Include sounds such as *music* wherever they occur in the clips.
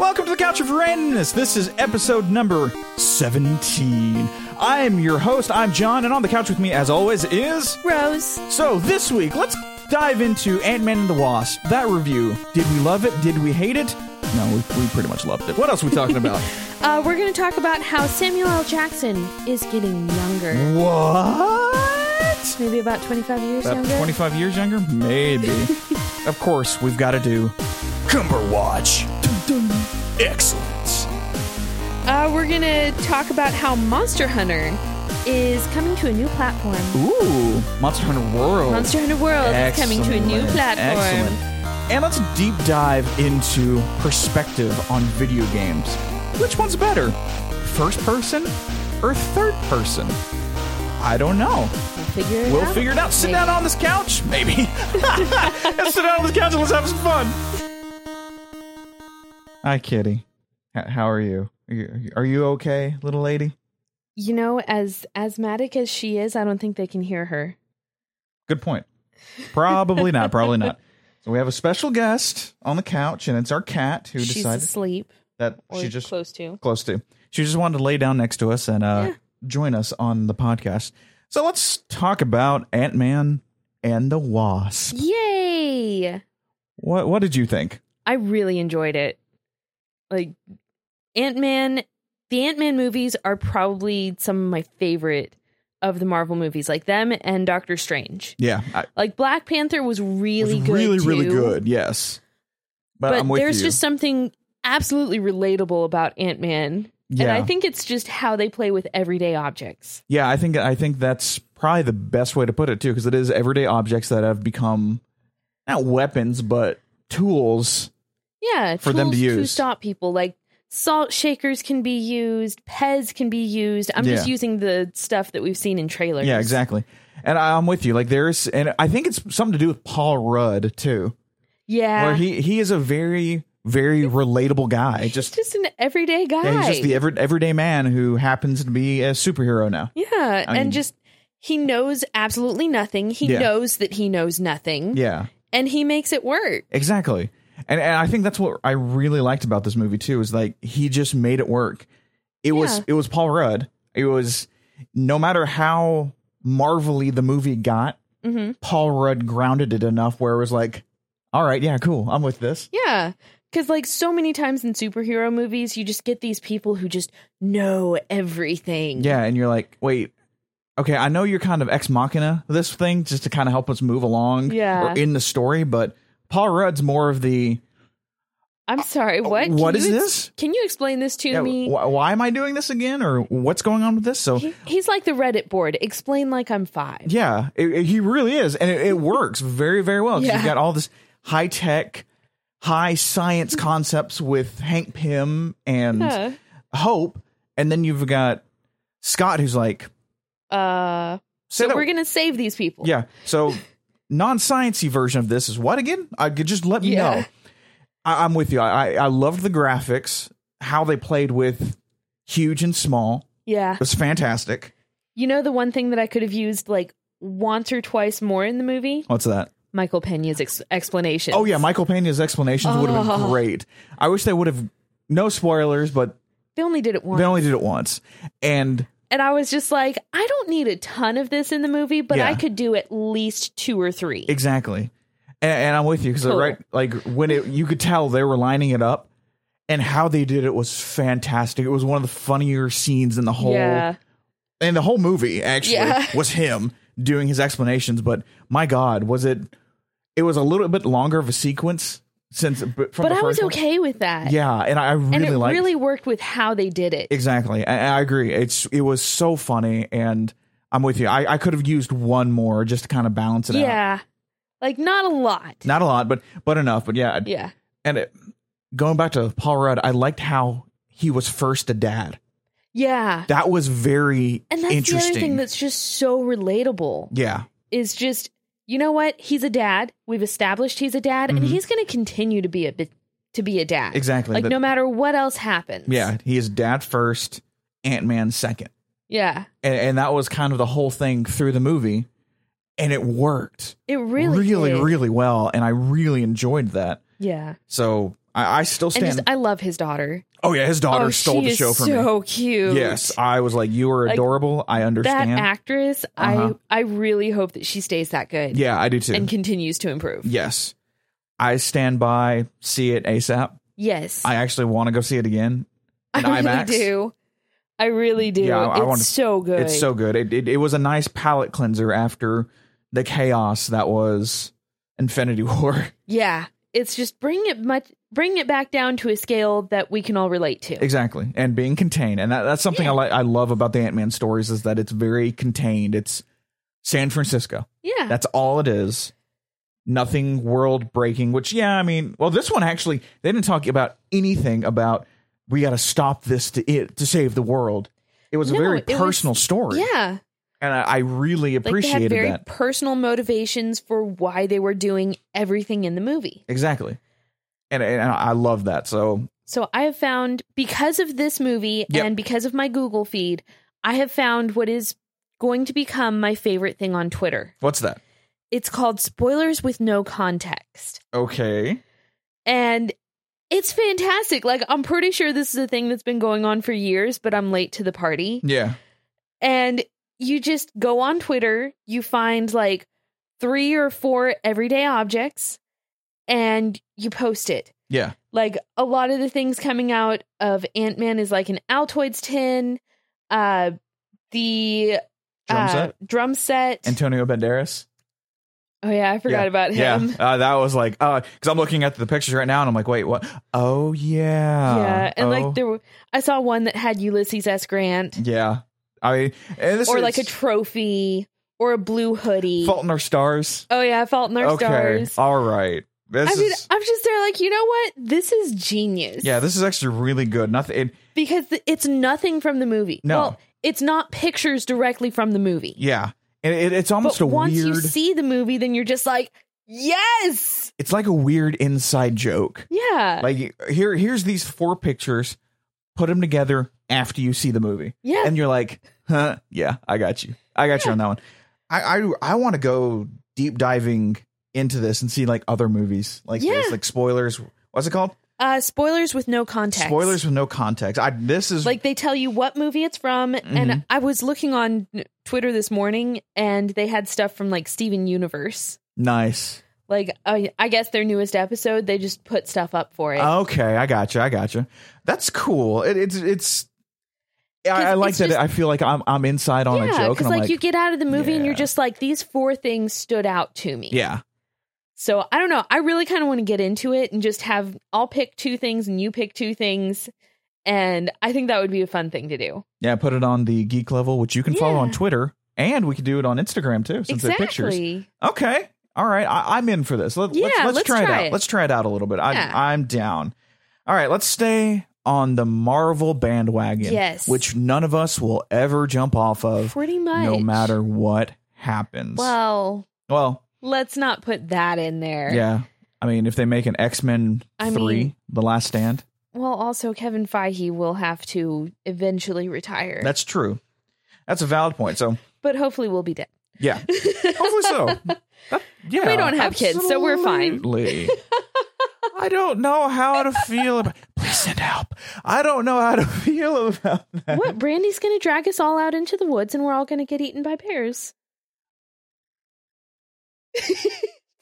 Welcome to the Couch of Randomness. This is episode number 17. I am your host, I'm John, and on the couch with me, as always, is. Rose. So this week, let's dive into Ant Man and the Wasp. That review. Did we love it? Did we hate it? No, we, we pretty much loved it. What else are we talking about? Uh, we're going to talk about how Samuel L. Jackson is getting younger. what? Maybe about 25 years About younger. 25 years younger? Maybe. of course, we've got to do Cumberwatch. Dun, dun. Excellent. Uh, we're going to talk about how Monster Hunter is coming to a new platform. Ooh, Monster Hunter World. Monster Hunter World is coming to a new Excellent. platform. Excellent. And let's deep dive into perspective on video games. Which one's better? First person or third person? I don't know. We'll figure it We'll out. figure it out. Sit Maybe. down on this couch, maybe. *laughs* let's sit down on this couch and let's have some fun. Hi, Kitty. H- How are you? Are you, are you okay, little lady? You know, as asthmatic as she is, I don't think they can hear her. Good point. Probably not. Probably not. So we have a special guest on the couch, and it's our cat who She's decided asleep that or she just close to. close to. She just wanted to lay down next to us and uh, Yeah. join us on the podcast. So let's talk about Ant Man and the Wasp. Yay! What What did you think? I really enjoyed it. Like Ant Man, the Ant Man movies are probably some of my favorite of the Marvel movies, like them and Doctor Strange. Yeah, I, Like Black Panther was really was good, really really too, good. Yes, but, But I'm with there's you. just something absolutely relatable about Ant Man, and yeah, I think it's just how they play with everyday objects. yeah. I think I think that's probably the best way to put it too, because it is everyday objects that have become not weapons but tools Yeah, For them to tools use. stop people like. Salt shakers can be used. Pez can be used. I'm just Yeah. using the stuff that we've seen in trailers. Yeah, exactly. And I- I'm with you. Like there's, and I think it's something to do with Paul Rudd too, Yeah, where he he is a very very relatable guy. He's Just just an everyday guy. yeah, he's just the every, everyday man who happens to be a superhero now. Yeah, I mean- and just he knows absolutely nothing. He Yeah. knows that he knows nothing, Yeah, and he makes it work. exactly. And and I think that's what I really liked about this movie too is like he just made it work. It was Yeah. it was Paul Rudd. It was no matter how marvelly the movie got, hmm Paul Rudd grounded it enough where it was like, all right, yeah, cool, I'm with this. Yeah, because like so many times in superhero movies, you just get these people who just know everything. Yeah, and you're like, wait, okay, I know you're kind of ex machina this thing just to kind of help us move along Yeah. or in the story, but Paul Rudd's more of the I'm sorry. What? Can Uh, what is you ex- this? Can you explain this to Yeah, me? wh- why am I doing this again or what's going on with this? So He- he's like the Reddit board. Explain like I'm five. yeah, it, it- he really is, and it, it works very very well. 'cause You've Yeah. got all this high tech, high Hmm. science concepts with Hank Pym and Yeah. Hope, and then you've got Scott who's like, Uh, say so that we're gonna save these people. Yeah. So non-sciencey version of this is what again? I could just let me Yeah. know. I, I'm with you. I, I I loved the graphics, how they played with huge and small. Yeah. It was fantastic. You know the one thing that I could have used like once or twice more in the movie? What's that? Michael Pena's ex- explanation. Oh yeah, Michael Pena's explanations would have been Oh. great. I wish they would have no spoilers, but they only did it once, they only did it once. And and I was just like, I don't need a ton of this in the movie, but Yeah. I could do at least two or three. exactly. And, and I'm with you because Cool. right, like when it, you could tell they were lining it up, and how they did it was fantastic. It was one of the funnier scenes in the whole yeah, and the whole movie actually Yeah. *laughs* was him doing his explanations but my god was it it was a little bit longer of a sequence since b- from but the I was first one. okay with that. yeah and i I really and it liked really worked with how they did it. exactly I, I agree it's it was so funny and i'm with you i, I could have used one more just to kind of balance it out yeah, like not a lot. not a lot but but enough but yeah yeah, and it, going back to paul rudd i liked how he was first a dad yeah, that was very and that's the interesting other thing that's just so relatable yeah is just you know what he's a dad. We've established he's a dad, Mhm. and he's going to continue to be a bit to be a dad. exactly Like That- no matter what else happens. Yeah, he is dad first, Ant Man second, yeah, and, and that was kind of the whole thing through the movie, and it worked it really, really, did. really well, and I really enjoyed that. yeah. So I, I still And stand. just, I love his daughter. oh yeah, his daughter oh, stole she the is show from me. so cute. Yes, I was like, you are Like, adorable. I that understand. actress. Uh-huh. I I really hope that she stays that good yeah, I do too. and continues to improve. yes, I stand by. See it ASAP. Yes, *laughs* I actually want to go see it again. in I really IMAX? do. I really do. Yeah, I- I it's wanna- so good. It's so good. It, it it was a nice palate cleanser after the chaos that was Infinity *laughs* War. yeah. It's just bring it much bring it back down to a scale that we can all relate to. exactly, and being contained, and that, that's something Yeah. I like. I love about the Ant Man stories is that it's very contained. It's San Francisco. yeah. That's all it is. Nothing world breaking, which, yeah, I mean, well, this one actually, they didn't talk about anything about we got to stop this to it to save the world. It was No, a very it was- personal story. Yeah. And I, I really Like they had appreciated very that. personal motivations for why they were doing everything in the movie. Exactly. And, and I love that. So, So I have found because of this movie Yep. and because of my Google feed, I have found what is going to become my favorite thing on Twitter. what's that? It's called spoilers with no context. Okay. and it's fantastic. Like I'm pretty sure this is a thing that's been going on for years, but I'm late to the party. Yeah. And you just go on Twitter, you find like three or four everyday objects and you post it. Yeah. Like a lot of the things coming out of Ant-Man is like an Altoids tin, uh the Drum uh, set. drum set. Antonio Banderas. oh yeah, I forgot about him. Yeah. Uh, that was like, because I'm looking at the pictures right now and I'm like, wait, what? Oh, yeah. yeah, and Oh, like there were I saw one that had Ulysses S. Grant. Yeah. I mean, and this or is- like a trophy or a blue hoodie. Fault in Our Stars. oh yeah, Fault in Our okay, Stars. all right. This I mean, is I'm just there like, you know what? This is genius. yeah, this is actually really good. Nothing. It, Because th- it's nothing from the movie. No. Well, it's not pictures directly from the movie. yeah, and it, it's almost But a once you weird. see the movie, then you're just like, yes! it's like a weird inside joke. Yeah. Like here, here's these four pictures. Put them together after you see the movie, yeah. and you're like, huh? Yeah, I got you. I got you on that one. I I, I want to go deep diving into this and see like other movies like Yeah. this, like spoilers. What's it called? uh, spoilers with no context. Spoilers with no context. I this is Like they tell you what movie it's from, Mm-hmm. and I was looking on Twitter this morning, and they had stuff from like Steven Universe. nice. like I, I guess their newest episode they just put stuff up for it Okay, I gotcha. I gotcha. That's cool. It, it's it's. I, I 'Cause like it's that. just- I feel like I'm I'm inside on a yeah joke, and because I'm like, like, you get out of the movie and you're yeah. just like these four things stood out to me yeah, so i don't know i really kind of want to get into it and just have i'll pick two things and you pick two things and i think that would be a fun thing to do yeah. Put it on the geek level, which you can follow on Yeah. Twitter, and we can do it on Instagram too, since they're pictures. exactly Okay, all right. I, I'm in for this. Let, Yeah, let's, let's let's try, it try out. it. Let's try it out a little bit. I, Yeah. I'm down. All right, let's stay on the Marvel bandwagon, Yes. which none of us will ever jump off of, pretty much no matter what happens. well well let's not put that in there Yeah. I mean, if they make an X Men I 3, mean- The Last Stand, well also kevin feige will have to eventually retire that's true. That's a valid point. So, but hopefully we'll be dead yeah. *laughs* Hopefully Oh, so. That- yeah. We don't have kids, so we're fine. *laughs* absolutely. I don't know how to feel about Please send help. I don't know how to *laughs* feel about that. What? Brandy's going to drag us all out into the woods and we're all going to get eaten by *laughs* bears. I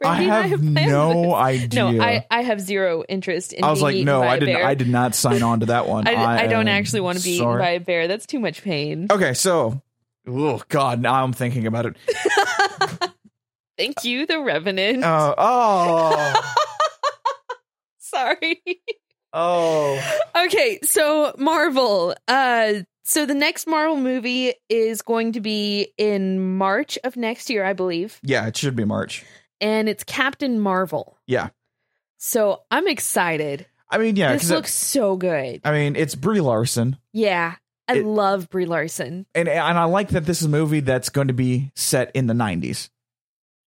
Brandy and have planned no this. idea. No, I, I have zero interest in I was being like, eaten no, by I a didn't. bear. I did not sign on to that one. *laughs* I, I am don't actually want to be sorry. eaten by a bear. That's too much pain. Okay, so, oh God, now I'm thinking about *laughs* it. Thank you, the Revenant. Uh, oh, Sorry. *laughs* oh, okay, so Marvel. Uh, so the next Marvel movie is going to be in March of next year, I believe. yeah, it should be March. and it's Captain Marvel. Yeah. So I'm excited. I mean, yeah, this because looks so good. I mean, it's Brie Larson, Yeah. I It- love Brie Larson. and and I like that this is a movie that's going to be set in the '90s.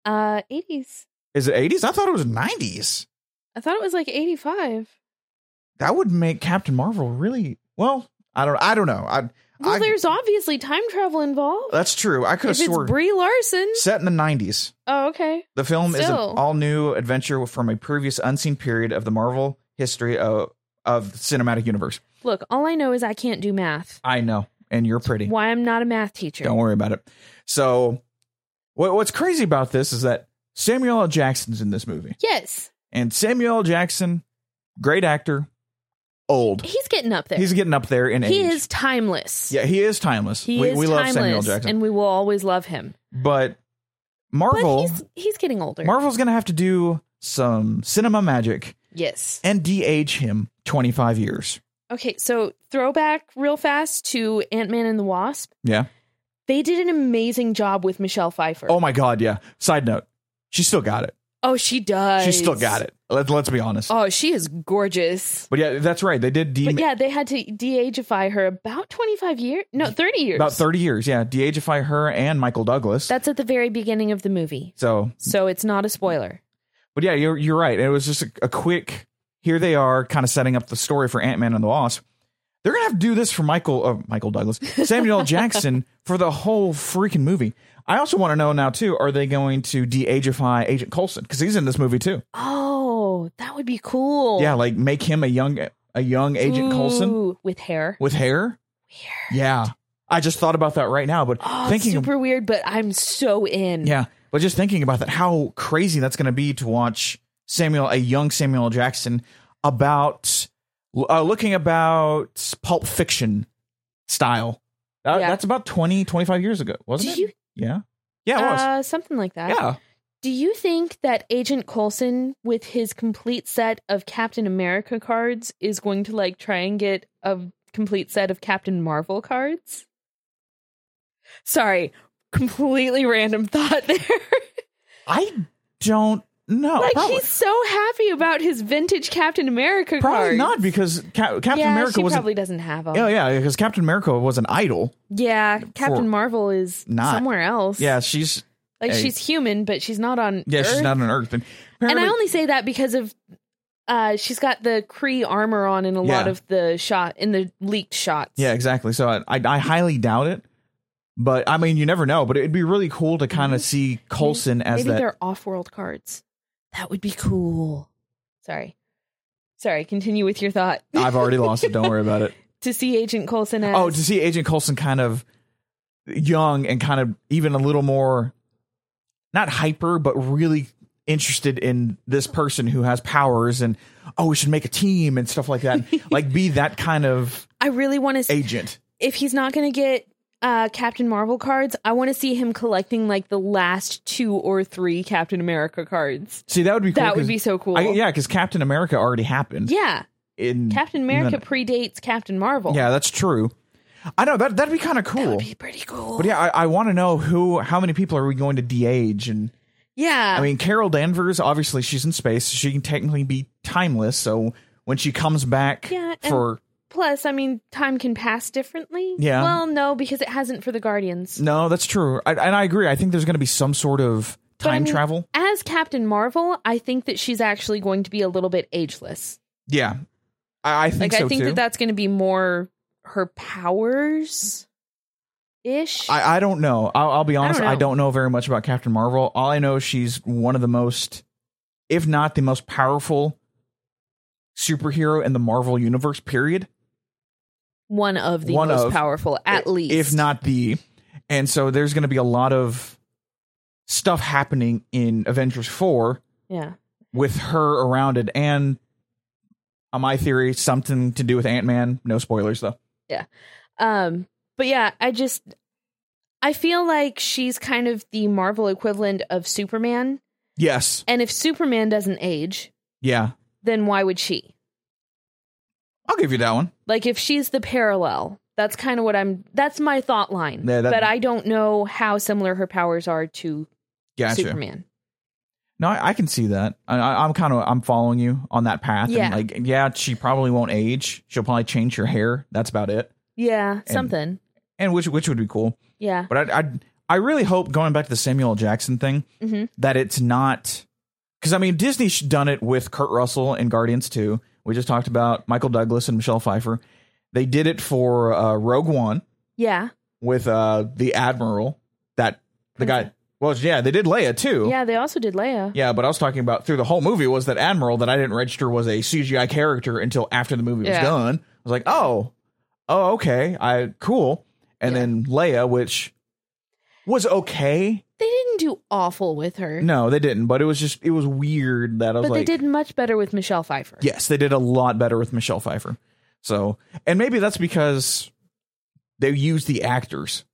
Uh 80s. Is it '80s? I thought it was '90s. I thought it was like 85. That would make Captain Marvel really well. I don't. I don't know. I. Well, I- there's obviously time travel involved. That's true. I could have If it's sworn Brie Larson. set in the '90s. Oh, okay. The film is an Still. all new adventure from a previous unseen period of the Marvel history of of the cinematic universe. Look, all I know is I can't do math. I know, and you're pretty. Why I'm not a math teacher. Don't worry about it. So, what, what's crazy about this is that Samuel L. Jackson's in this movie, Yes, and Samuel L. Jackson, great actor, old. he's getting up there. He's getting up there in he age. is timeless. yeah, he is timeless. He we is we love timeless, Samuel L. Jackson, and we will always love him. but Marvel, But he's he's getting older. Marvel's gonna have to do some cinema magic yes. and DH him 25 years. Okay, so throwback real fast to Ant Man and the Wasp. Yeah. They did an amazing job with Michelle Pfeiffer. Oh my God. Yeah. Side note, she still got it. Oh, she does. She still got it. Let, let's be honest. Oh, she is gorgeous. But yeah, that's right. They did de- But yeah, they had to de-ageify her about 25 years. No, 30 years. about 30 years. Yeah. De-ageify her and Michael Douglas. That's at the very beginning of the movie. so, So it's not a spoiler. but yeah, you're, you're right. It was just a, a quick, here they are kind of setting up the story for Ant-Man and the Wasp. They're going to have to do this for Michael, uh, Michael Douglas, Samuel L. Jackson *laughs* for the whole freaking movie. I also want to know now too, are they going to de-ageify Agent Coulson? Cause he's in this movie too. Oh, that would be cool. Yeah. Like make him a young, a young Agent Coulson Oh. Ooh, with hair. with hair. Weird. Yeah. I just thought about that right now, but Oh, thinking super weird, but I'm so in. yeah, but just thinking about that how crazy that's going to be to watch Samuel a young Samuel L. Jackson about uh, looking about pulp fiction style. That, Yeah. That's about 20 25 years ago, wasn't Did it? you? yeah. Yeah, it was. Uh, something like that. yeah. Do you think that Agent Coulson, with his complete set of Captain America cards, is going to like try and get a complete set of Captain Marvel cards? Sorry, completely random thought there. *laughs* I don't know. Oh, like probably he's so happy about his vintage Captain America probably cards. not because Cap- Captain yeah, America she was probably doesn't have them. Oh yeah, because Captain America was an idol. yeah, Captain For- Marvel is Not. somewhere else. Yeah, she's like hey. she's human, but she's not on. yeah, she's Earth. not on Earth. And, and apparently- I only say that because of uh she's got the Cree armor on in a lot Yeah. of the shot in the leaked shots. Yeah, exactly. So I, I, I highly doubt it, but I mean, you never know. But it'd be really cool to kind of see Colson as Mm-hmm. Maybe that. they're off-world cards. That would be cool. Sorry. Sorry, continue with your thought. *laughs* I've already lost it. Don't worry about it. *laughs* to see Agent Coulson as Oh, to see Agent Colson kind of young and kind of even a little more, not hyper, but really interested in this person who has powers and oh, we should make a team and stuff like *laughs* that. like be that kind of I really want to see agent. if he's not going to get uh Captain Marvel cards, I want to see him collecting like the last two or three Captain America cards. See, that would be cool. That would 'cause- be so cool. I, yeah, because Captain America already happened. Yeah. in Captain America predates Captain Marvel. Yeah, that's true. I know that that'd be kind of That cool. would be pretty cool. but yeah, I, I want to know who, how many people are we going to de-age? And Yeah. I mean, Carol Danvers, obviously, she's in space. She can technically be timeless. So when she comes back Yeah, and- for Plus, I mean, time can pass differently. Yeah. Well, no, because it hasn't for the Guardians. no, that's true. I, and I agree. I think there's going to be some sort of But I time mean- travel. As Captain Marvel, I think that she's actually going to be a little bit ageless. Yeah, I, I think like, so I think too. that that's going to be more her powers ish. I, I don't know. I'll, I'll be honest. don't I know. don't know very much about Captain Marvel. All I know is she's one of the most, if not the most powerful superhero in the Marvel universe. Period. One of the One most of- powerful, at I- least. if not the. And so there's going to be a lot of stuff happening in Avengers four Yeah. with her around it, and on my theory, something to do with Ant Man. No spoilers though. Um, but yeah, I just. I feel like she's kind of the Marvel equivalent of Superman. Yes. And if Superman doesn't age, Yeah. then why would she? I'll give you that one. Like if she's the parallel, that's kind of what I'm. That's my thought line. Yeah, that- but I don't know how similar her powers are to Gotcha. Superman. No, I, I can see that. I, I, I'm kind of I'm following you on that path. Yeah. And like, yeah, she probably won't age. She'll probably change her hair. That's about it. Yeah, something. And which which would be cool. Yeah, But I I, I really hope going back to the Samuel L. Jackson thing Mhm. that it's not because I mean Disney's done it with Kurt Russell and Guardians too. We just talked about Michael Douglas and Michelle Pfeiffer. They did it for uh, Rogue One yeah. with uh, the Admiral that the guy Well, yeah, they did Leia too. Yeah, they also did Leia. Yeah, but I was talking about through the whole movie was that Admiral that I didn't register was a CGI character until after the movie was Yeah. done. I was like, oh, oh, okay, I cool. And Yeah. then Leia, which was okay. They didn't do awful with her, No, they didn't, but it was just it was weird that I was but like, they did much better with Michelle Pfeiffer. yes, they did a lot better with Michelle Pfeiffer. So, and maybe that's because they used the actors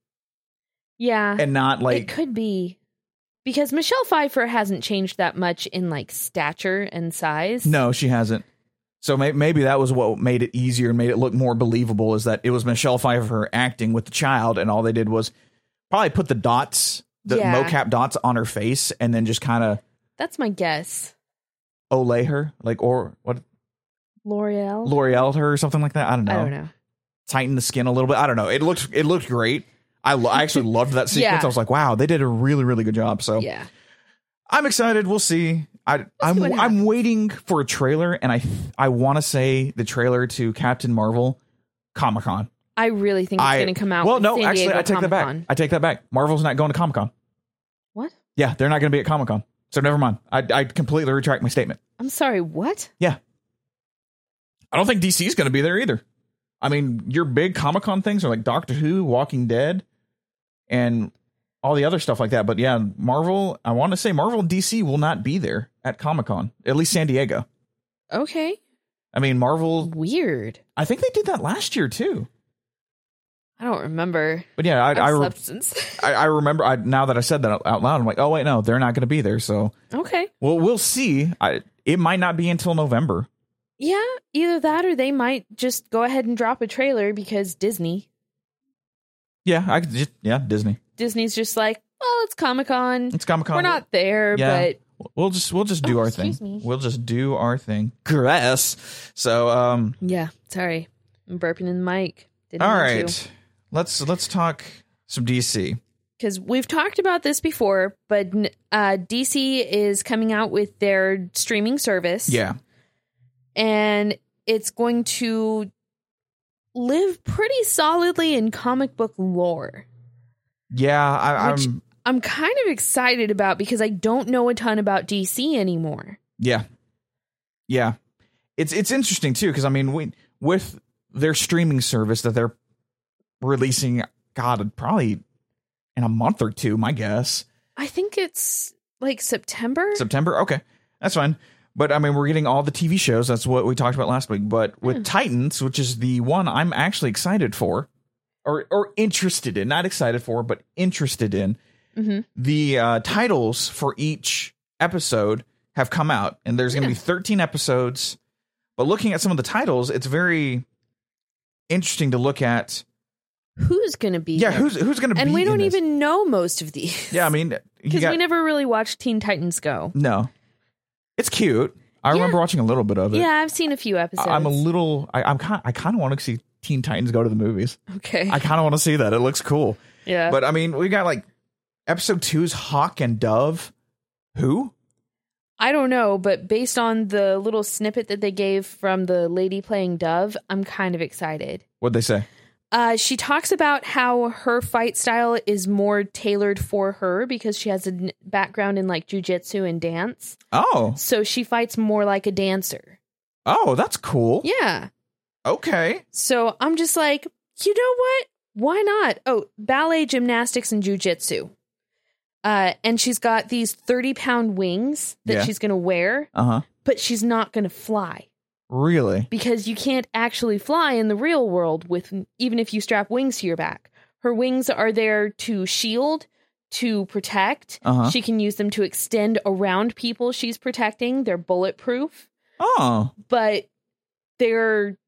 Yeah. and not it like could be because Michelle Pfeiffer hasn't changed that much in like stature and size. No, she hasn't. So may- maybe that was what made it easier and made it look more believable is that it was Michelle Pfeiffer acting with the child, and all they did was probably put the dots, the Yeah. mocap dots on her face, and then just kind of that's my guess. olay her, like or what L'Oreal. L'Oreal her or something like that. I don't know. I don't know. Tighten the skin a little bit. I don't know. It looked it looked great. I, lo- I actually loved that sequence. Yeah. I was like, wow, they did a really really good job. So Yeah, I'm excited. We'll see. I, I'm what I'm happens. waiting for a trailer, and I I want to say the trailer to Captain Marvel, Comic Con. I really think it's I- going to come out. Well, with no, San actually, Diego I take that back. Comic-Con. I take that back. Marvel's not going to Comic Con. What? Yeah, they're not going to be at Comic Con. So never mind. I I completely retract my statement. I'm sorry. What? I don't think DC's going to be there either. I mean, your big Comic Con things are like Doctor Who, Walking Dead, and all the other stuff like that. But yeah, Marvel. I want to say Marvel and DC will not be there at Comic Con. At least San Diego. Okay. I mean, Marvel Weird. I think they did that last year too. I don't remember. But yeah, I Of I, re- substance. I, I remember I, now that I said that out loud. I'm like, oh wait, no, they're not going to be there. So *laughs* okay. well, we'll see. I, it might not be until November. Yeah. Either that, or they might just go ahead and drop a trailer because Disney. Yeah, I could just yeah Disney. Disney's just like, well, it's Comic Con. It's Comic Con. We're not there, Yeah. but We'll just we'll just do Oh, our thing. excuse me. We'll just do our thing. Grass. So um, yeah. Sorry, I'm burping in the mic. Didn't all mean to. right. Let's let's talk some DC. because we've talked about this before, but uh, DC is coming out with their streaming service. Yeah, And it's going to live pretty solidly in comic book lore. yeah. I, Which- I'm I'm kind of excited about because I don't know a ton about DC anymore. Yeah. Yeah. It's it's interesting too cuz I mean we, with their streaming service that they're releasing god probably in a month or two, my guess. I think it's like September. September. Okay. That's fine. But I mean we're getting all the TV shows, that's what we talked about last week, but with Hmm. Titans, which is the one I'm actually excited for or or interested in, not excited for, but interested in hmm the uh, titles for each episode have come out, and there's going to be 13 episodes. But looking at some of the titles, it's very interesting to look at. Who's going to be? Yeah, there? who's who's going to be? and we in don't this? even know most *laughs* of these. Yeah, I mean, you because got, we never really watched Teen Titans Go. no. It's cute. I Yeah. remember watching a little bit of it. Yeah, I've seen a few I- episodes. I'm a little. I, I'm kind. I kind of want to see Teen Titans go to the movies. okay. I kind of want to see that. It looks cool. yeah. But I mean, we got like episode two's Hawk and Dove. Who? I don't know, but based on the little snippet that they gave from the lady playing Dove, I'm kind of excited. What'd they say? Uh, she talks about how her fight style is more tailored for her because she has a n- background in like jujitsu and dance. Oh, So she fights more like a dancer. oh, that's cool. Yeah. Okay. So I'm just like, you know what? Why not? Oh, ballet, gymnastics, and jujitsu. Uh, and she's got these 30 pound wings that Yeah. she's going to wear, Uh huh. but she's not going to fly. Really? because you can't actually fly in the real world with even if you strap wings to your back. Her wings are there to shield, to protect. Uh-huh. She can use them to extend around people she's protecting. They're bulletproof, Oh, but they're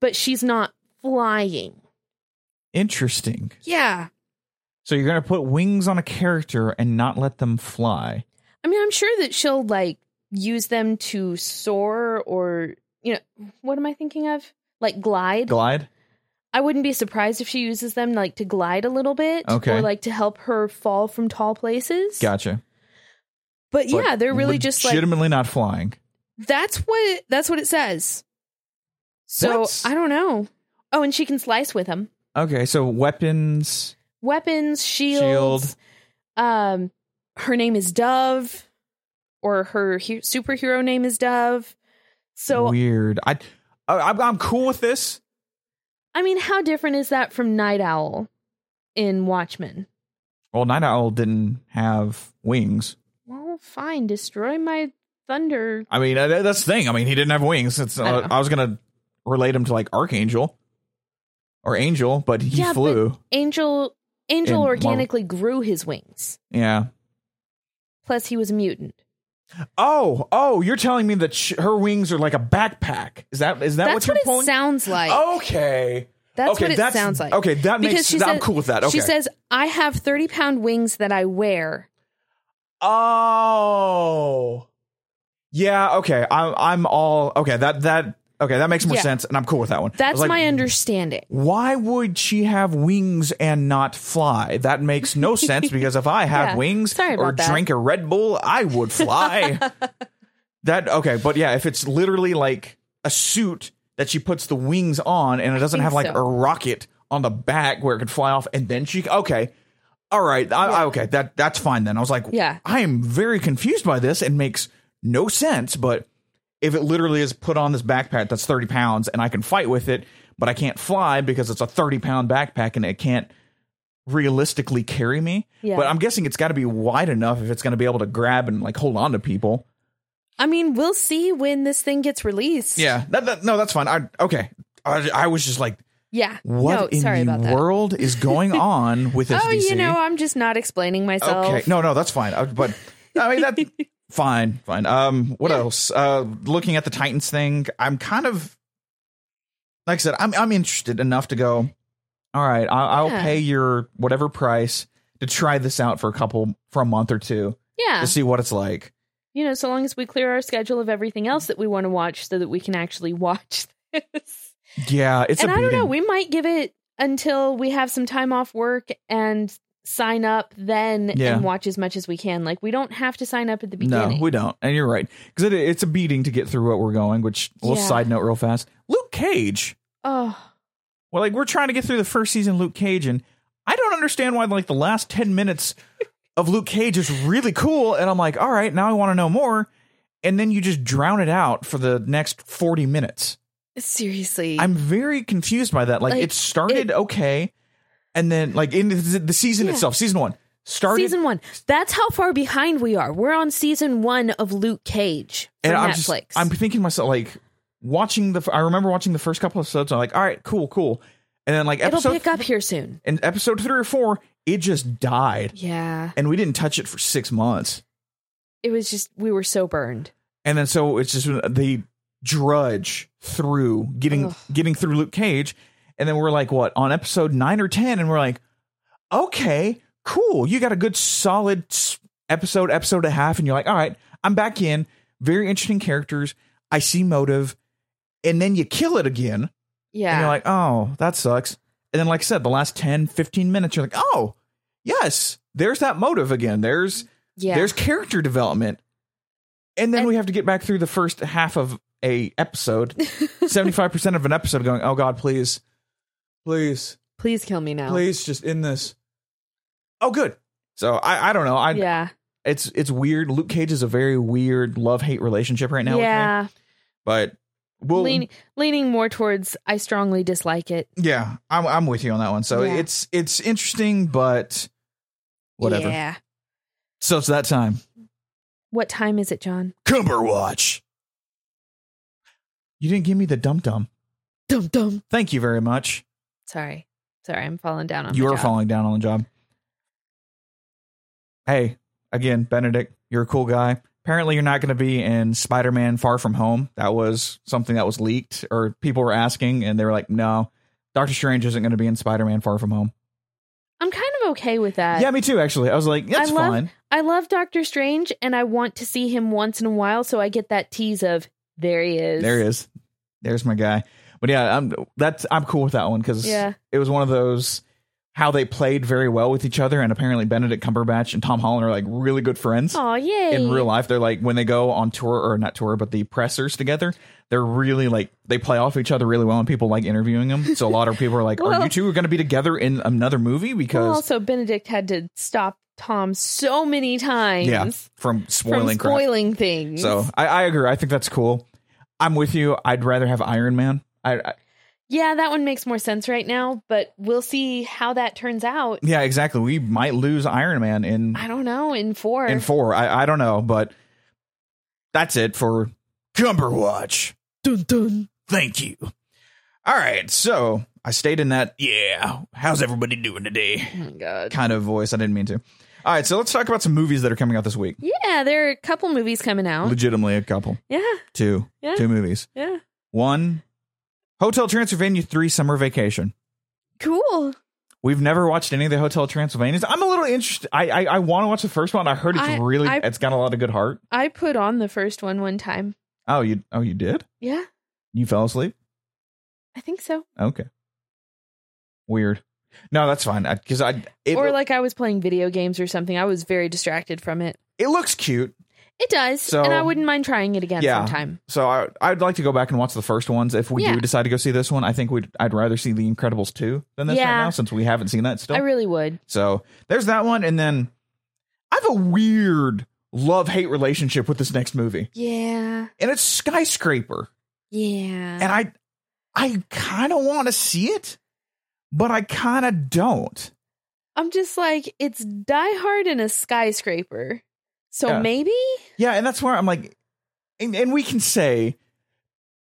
but she's not flying. interesting. Yeah. So you're gonna put wings on a character and not let them fly. I mean, I'm sure that she'll like use them to soar or you know, what am I thinking of? Like glide. Glide. I wouldn't be surprised if she uses them like to glide a little bit Okay. or like to help her fall from tall places. Gotcha. but But yeah, they're really just like legitimately not flying. that's what that's what it says. So That's- I don't know. Oh, and she can slice with them. Okay, so weapons. Weapons, shields, Shield. um her name is Dove, or her he- superhero name is Dove. So Weird. I, I I'm- I'm cool with this. I mean, how different is that from Night Owl in Watchmen? Well, Night Owl didn't have wings. Well, fine, destroy my thunder. I mean, uh, that- that's the thing. I mean, he didn't have wings. It's, I uh, know. I was gonna relate him to like Archangel or Angel, but he Yeah, but- flew. Angel Angel In Mar- organically grew his wings. yeah. Plus, he was a mutant. Oh, oh, you're telling me that sh- her wings are like a backpack. Is that is that what That's what you're it pulling? sounds like. okay. That's Oh, okay, what it that's, sounds like. Okay, that Because makes she I'm said- cool with that. Okay. She says, I have 30 pound wings that I wear. "Oh. Yeah, okay. I'm I'm all Okay, that that okay, that makes more Yeah. sense and I'm cool with that one. I That's was like, my understanding. Why would she have wings and not fly? That makes no sense *laughs* because if I had Yeah, wings sorry or about that. drink a Red Bull, I would fly. *laughs* that okay, but yeah, if it's literally like a suit that she puts the wings on and it doesn't think have like so. a rocket on the back where it could fly off and then she okay. All right, I, I, okay, that that's fine then. I was like, Yeah. I am very confused by this and makes no sense, but if it literally is put on this backpack that's 30 pounds and I can fight with it, but I can't fly because it's a 30 pound backpack and it can't realistically carry me. Yeah. But I'm guessing it's got to be wide enough if it's going to be able to grab and like hold on to people. I mean, we'll see when this thing gets released. Yeah. That, that, no, that's fine. I, okay. I, I was just like, Yeah. what no, in sorry the about that. world is *laughs* going on with this? Oh, you DC? know, I'm just not explaining myself. Okay. No, no, that's fine. Uh, but I mean that *laughs* fine, fine. Um what else? Uh looking at the Titans thing, I'm kind of like I said, I'm I'm interested enough to go, all right, I'll, I'll Yeah. pay your whatever price to try this out for a couple for a month or two Yeah. to see what it's like. You know, so long as we clear our schedule of everything else that we want to watch so that we can actually *laughs* watch this. Yeah, it's and a I don't know, beating. we might give it until we have some time off work and sign up then Yeah. and watch as much as we can. Like we don't have to sign up at the no, beginning. we don't. And you're right. Cuz it, it's a beating to get through what we're going, which a little Yeah. side note real fast. Luke Cage oh. Well, like we're trying to get through the first season of Luke Cage, and I don't understand why like the last ten minutes of Luke Cage is really cool, and I'm like, all right, now I want to know more, and then you just drown it out for the next forty minutes. Seriously. I'm very confused by that. Like, Like, it started it- okay, and then like in the, the season Yeah. itself, season one started, season one. That's how far behind we are. We're on season one of Luke Cage for and I'm just Netflix. I'm thinking to myself like watching the. f- I remember watching the first couple episodes. I'm like, all right, cool, cool, and then like It'll episode pick up here soon. and episode three or four, it just died. Yeah. and we didn't touch it for six months. It was just we were so burned. And then so it's just they drudge through getting Ugh. getting through Luke Cage, and then we're like, what on episode nine or ten? And we're like, okay, cool, you got a good solid s- episode, episode and a half, and you're like, all right, I'm back in. Very interesting characters. I see motive, and then you kill it again, Yeah. and you're like, oh, that sucks. And then, like I said, the last 10, 15 minutes, you're like, oh, yes, there's that motive again. There's yeah. there's character development and then And- we have to get back through the first half of a episode *laughs* 75% of an episode going oh god please please Please kill me now. please just end this oh good so i i don't know i yeah. it's it's weird luke cage is a very weird love-hate relationship right now with me, yeah. but we'll Lean, leaning more towards I strongly dislike it. yeah I'm, I'm with you on that one so Yeah. it's it's interesting but whatever Yeah. so it's that time What time is it, John? cumberwatch you didn't give me the dum dum Dum dum. Thank you very much. Sorry. Sorry, I'm falling down on You my are Oh, job. falling down on the job. Hey, again, Benedict, you're a cool guy. Apparently, you're not going to be in Spider Man Far From Home. That was something that was leaked, or people were asking, and they were like, no, Doctor Strange isn't going to be in Spider Man Far From Home. I'm kind of okay with that. yeah, me too, actually. I was like, that's Uh, I love- fine. I love Doctor Strange and I want to see him once in a while, so I get that tease of there he is. There he is. There's my guy. But yeah, I'm that's I'm cool with that one because Yeah. it was one of those. how they played very well with each other, and apparently Benedict Cumberbatch and Tom Holland are like really good friends Oh, yay. in real life. They're like when they go on tour or not tour, but the pressers together, they're really like they play off each other really well, and people like interviewing them. So a lot of people are like, "Are Well- you two going to be together in another movie?" Because Well, also, Benedict had to stop Tom so many times yeah, from from spoiling crap. spoiling things. So I, I agree. I think that's cool. I'm with you. I'd rather have Iron Man. I, I yeah, that one makes more sense right now, but we'll see how that turns out. yeah, exactly. We might lose Iron Man in I don't know. In four, in four. I I don't know, but that's it for Cumberwatch. Dun, dun. Thank you. All right, so I stayed in that. Yeah, how's everybody doing today? Oh my god. Kind of voice. I didn't mean to. All right, so let's talk about some movies that are coming out this week. Yeah, there are a couple movies coming out. Legitimately, a couple, Yeah, two, Yeah. two movies. yeah. One, Hotel Transylvania three, Summer Vacation. Cool. We've never watched any of the Hotel Transylvanias. I'm a little interested. I I, I want to watch the first one. I heard it's I- really. I- it's got a lot of good heart. I put on the first one one time. Oh, you oh you did. Yeah, You fell asleep. I think so. Okay. Weird. No, that's fine. Because I, it, or like I was playing video games or something. I was very distracted from it. it looks cute. It does, So- and I wouldn't mind trying it again Yeah. sometime. So I I'd like to go back and watch the first ones. If we Yeah. do decide to go see this one, I think we'd I'd rather see The Incredibles two than this right Yeah. now since we haven't seen that still. I really would. so there's that one, and then I have a weird love hate relationship with this next movie, Yeah, and it's Skyscraper. yeah. and I I kind of want to see it, but I kind of don't. I'm just like it's Die Hard in a skyscraper. So Yeah. maybe Yeah, and that's where I'm like, and, and we can say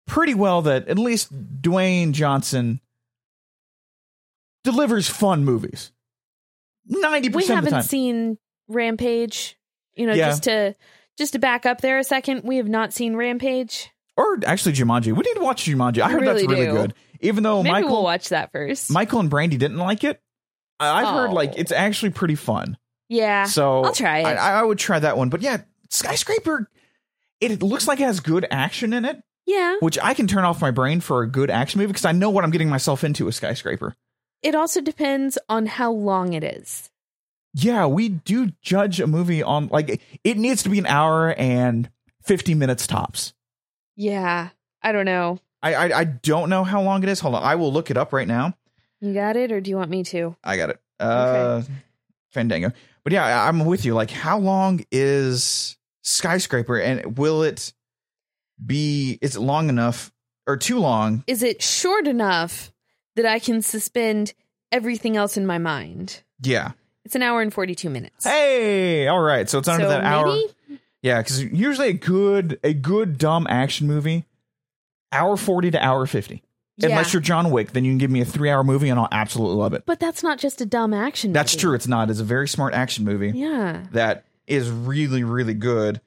pretty well that at least Dwayne Johnson delivers fun movies. Ninety we percent of the haven't time, seen Rampage. You know, Yeah. just to just to back up there a second, we have not seen Rampage. or actually Jumanji. We need to watch Jumanji. I We heard that's really really do. good. Even though maybe Oh, Michael we'll watch that first. Michael and Brandy didn't like it, I- I've heard Oh. like it's actually pretty fun. yeah, So I'll try it. I, I would try that one. But yeah, skyscraper. It looks like it has good action in it, yeah. which I can turn off my brain for a good action movie because I know what I'm getting myself into with skyscraper. It also depends on how long it is. Yeah, we do judge a movie on like it needs to be an hour and fifty minutes tops. Yeah, I don't know. I I, I don't know how long it is. Hold on, I will look it up right now. You got it, or do you want me to? I got it. Uh, Fandango. But yeah, I- I'm with you. Like, how long is skyscraper, and will it be? Is it long enough or too long? Is it short enough that I can suspend everything else in my mind? Yeah. It's an hour and forty-two minutes. Hey, all right. So it's under so that hour. maybe Yeah, because usually a good a good dumb action movie, hour forty to hour fifty. Unless you're John Wick, then you can give me a three hour movie and I'll absolutely love it. But that's not just a dumb action. That's movie. true. It's not. It's a very smart action movie Yeah. that is really really good.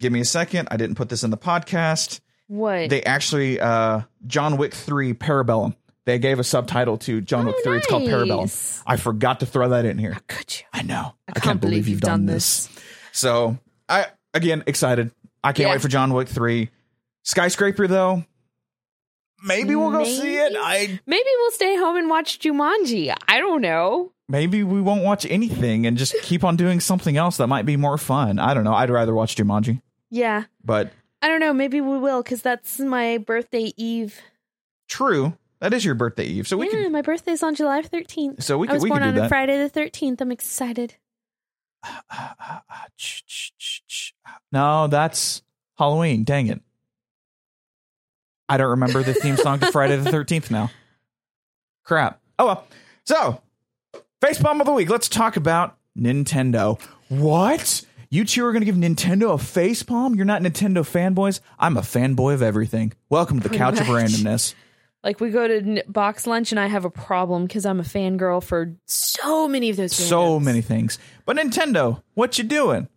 Give me a second. I didn't put this in the podcast. What? They actually uh John Wick three Parabellum. They gave a subtitle to John Wick Oh, three. It's called Parabellum. nice. Ah, I forgot to throw that in here. Could you? I know. I, can't, believe, you've done, this. this. So I again excited. I can't Yeah. wait for John Wick three. Skyscraper though. Maybe we'll go see it. Maybe. I Maybe we'll stay home and watch Jumanji. I don't know. maybe we won't watch anything and just keep on doing something else that might be more fun. I don't know. I'd rather watch Jumanji, Yeah. but I don't know. Maybe we will because that's my birthday eve. true. That is your birthday Eve, so we yeah, can. my birthday's on July 13th. So we I can was we born can do on a that. Friday the 13th. I'm excited. Uh, uh, uh, ch- ch- ch- ch- No, that's Halloween. Dang it! I don't remember the theme song to Friday the Thirteenth now. Crap. Oh well. So, face bomb of the week. Let's talk about Nintendo. What? You two are going to give Nintendo a face palm? You're not Nintendo fanboys. I'm a fanboy of everything. Welcome to the Pretty couch of much. randomness. Like we go to n- box lunch and I have a problem because I'm a fangirl for so many of those. So randoms. many things. But Nintendo, what you doing?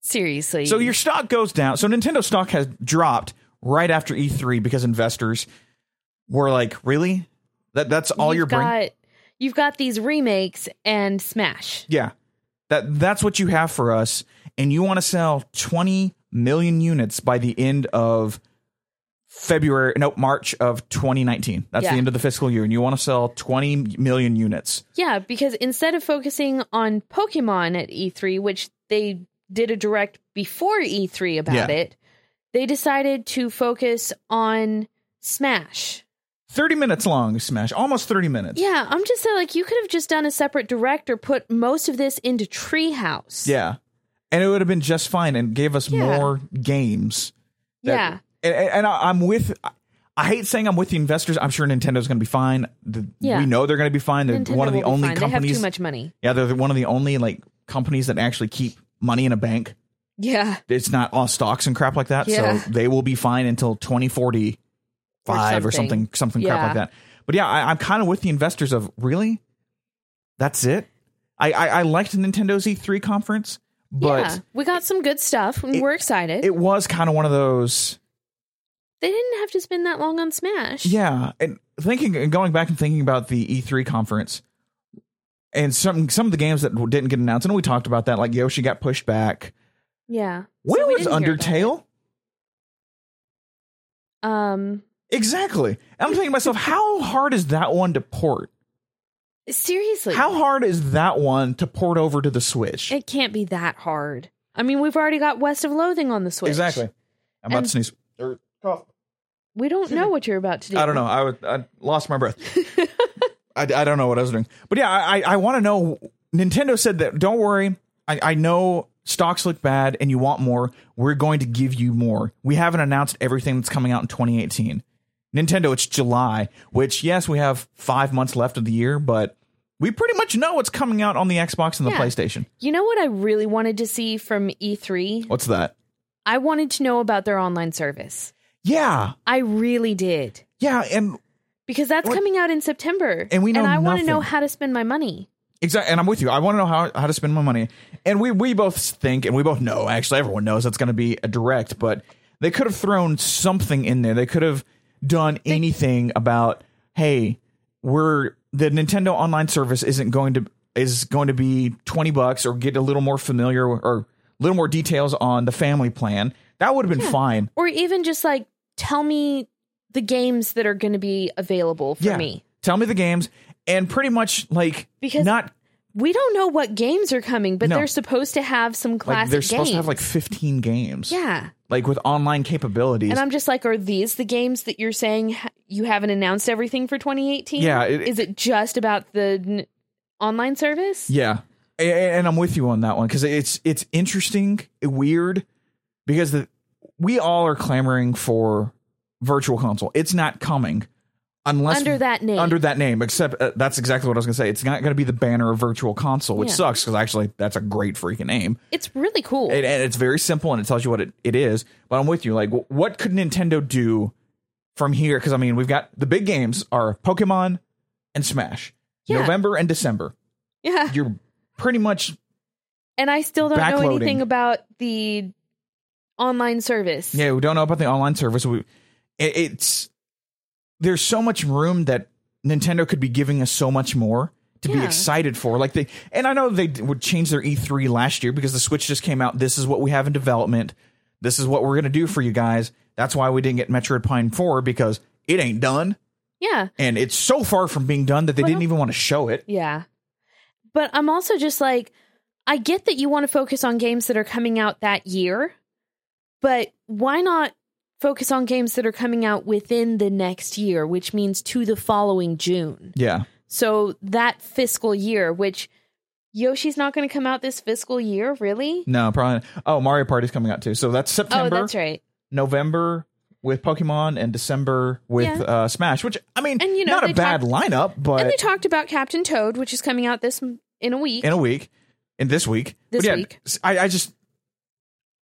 Seriously. So your stock goes down. So Nintendo stock has dropped right after E3 because investors were like, "Really? That that's all you've you're bringing? got, You've got these remakes and Smash. Yeah, that that's what you have for us, and you want to sell 20 million units by the end of February, nope, March of 2019. That's the Yeah. end of the fiscal year, and you want to sell 20 million units. Yeah, because instead of focusing on Pokemon at E3, which they did a direct before E3 about Yeah. it, they decided to focus on Smash. 30 minutes long, Smash, almost 30 minutes. Yeah, I'm just saying, like, you could have just done a separate direct or put most of this into Treehouse. Yeah. And it would have been just fine and gave us Yeah. more games. that- Yeah. And, and and I- I'm with, I- I hate saying I'm with the investors. I'm sure Nintendo's going to be fine. The, Yeah. We know they're going to be fine. They're Nintendo one of the will be only fine. They have companies. too much money. Yeah, they're the- one of the only like companies that actually keep money in a bank. Yeah. It's not all stocks and crap like that. Yeah. So they will be fine until 2045 or something, Or something. something crap like Yeah. that. But yeah, I, I'm kind of with the investors of really, that's it. I, I, I liked Nintendo's E3 conference, but yeah. We got some good stuff. and It- We're excited. it was kind of one of those. they didn't have to spend that long on Smash. Yeah, and thinking and going back and thinking about the E3 conference and some some of the games that didn't get announced, and we talked about that. Like Yoshi got pushed back. Yeah. When So we was didn't hear about Undertale? Um, Exactly. And I'm thinking to *laughs* myself, how hard is that one to port? seriously. How hard is that one to port over to the Switch? It can't be that hard. I mean, we've already got West of Loathing on the Switch. Exactly. I'm about And- to sneeze. Or cough. We don't know what you're about to do. I don't know. I, was, I lost my breath. *laughs* I, I don't know what I was doing. But yeah, I, I want to know. Nintendo said that, don't worry. I, I know stocks look bad and you want more. We're going to give you more. We haven't announced everything that's coming out in 2018. Nintendo, it's July, which, yes, we have five months left of the year, but we pretty much know what's coming out on the Xbox and the Yeah. PlayStation. You know what I really wanted to see from E3? What's that? I wanted to know about their online service. Yeah. I really did. Yeah. And Because that's What- coming out in September. And we know And I want nothing. to know how to spend my money. Exactly, and I'm with you. I want to know how, how to spend my money, and we we both think, and we both know. Actually, everyone knows that's going to be a direct, but they could have thrown something in there. They could have done anything about, hey, we're the Nintendo online service isn't going to is going to be twenty bucks, or get a little more familiar or a little more details on the family plan. That would have been fine. Or even just like tell me the games that are going to be available for Yeah, me. tell me the games, and pretty much like Because not We don't know what games are coming, but No. they're supposed to have some classic like they're games. supposed to have like fifteen games, yeah. like with online capabilities. And I'm just like, are these the games that you're saying ha- you haven't announced everything for 2018? Yeah, Is it- it just about the n- online service? Yeah, A- a- and I'm with you on that one because it's it's interesting, weird, because the, we all are clamoring for virtual console. It's not coming unless Under that name. under that name. Except uh, that's exactly what I was gonna say. It's not gonna be the banner of virtual console, which Yeah. sucks because actually that's a great freaking name. it's really cool. It, and it's very simple and it tells you what it, it is. But I'm with you. Like, wh- what could Nintendo do from here? Because I mean, we've got the big games are Pokemon and Smash, Yeah. November and December. yeah. You're pretty much And I still don't know Backloading. anything about the online service. Yeah, we don't know about the online service. We, it, it's there's so much room that Nintendo could be giving us so much more to be Yeah. excited for. Like they, and I know they d- would change their E3 last year because the Switch just came out. This is what we have in development. This is what we're gonna do for you guys. That's why we didn't get Metroid Prime Four because it ain't done, Yeah. and it's so far from being done that they Well, didn't even want to show it. Yeah. But I'm also just like, I get that you want to focus on games that are coming out that year, but why not focus on games that are coming out within the next year, which means to the following June? Yeah, So that fiscal year, which Yoshi's not going to come out this fiscal year, really? no, probably. Not. Oh, Mario Party's coming out too. So that's September. Oh, that's right. November with Pokemon and December with Yeah. uh, Smash, which I mean, And, you know, not a they bad lineup, and they but talked about Captain Toad, which is coming out this m- in a week. in a week, in this week, This But yeah, week. s- I, I just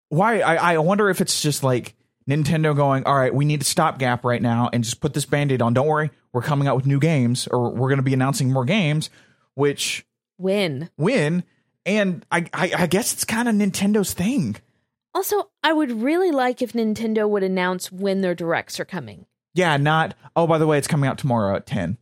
why I, I wonder if it's just like Nintendo going, all right, we need a stopgap right now and just put this band-aid on. Don't worry, we're coming out with new games, or we're going to be announcing more games, which when? win. And I, I, I guess it's kind of Nintendo's thing. Also, I would really like if Nintendo would announce when their directs are coming. Yeah, not oh by the way, it's coming out tomorrow at ten.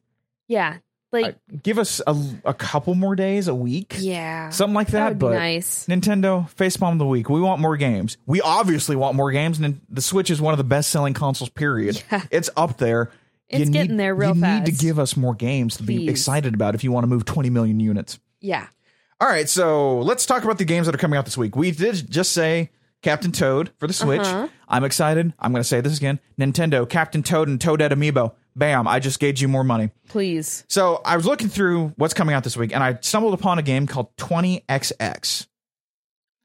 Yeah. Like, Give us a, a couple more days, a week, yeah, something like that that. would but be nice. Nintendo facepalm of the week. We want more games. We obviously want more games, and the Switch is one of the best selling consoles. Period. Yeah. It's up there. It's getting there real you need to fast. give us more games to be Please. excited about if you want to move 20 million units. Yeah, All right, so let's talk about the games that are coming out this week. We did just say Captain Toad for the Switch. Uh-huh. I'm excited. I'm going to say this again. Nintendo, Captain Toad, and Toadette Amiibo. Bam, I just gave you more money. please. So I was looking through what's coming out this week, and I stumbled upon a game called 20XX.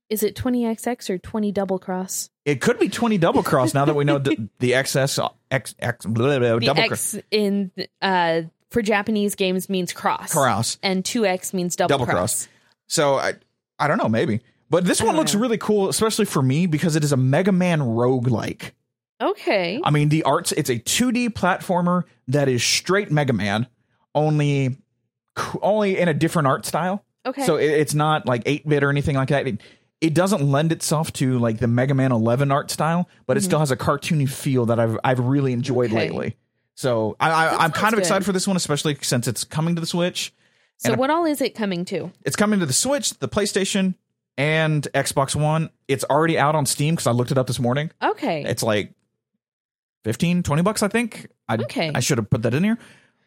Is it twenty XX or twenty double cross? It could be 20 double cross now that we know *laughs* d- the XS, X, X, blah, blah, blah, The double cr- X in uh for Japanese games means cross, cross. and two X means double, Double cross. So I, I don't know, maybe. But this I one don't looks know. really cool, especially for me, because it is a Mega Man roguelike. Okay, I mean, the arts, it's a 2D platformer that is straight Mega Man, only only in a different art style. okay. Uh, So it, it's not like 8 bit or anything like that. It, it doesn't lend itself to like the Mega Man 11 art style, but it still has a cartoony feel that I've, I've really enjoyed Mm-hmm. Okay. lately. So I, I, I'm kind sounds of excited good. for this one, especially since it's coming to the Switch. so and a- what all is it coming to? It's coming to the Switch, the PlayStation, and Xbox One. It's already out on Steam because I looked it up this morning. Okay, It's like 15, 20 bucks, I think. I, Okay. I should have put that in here.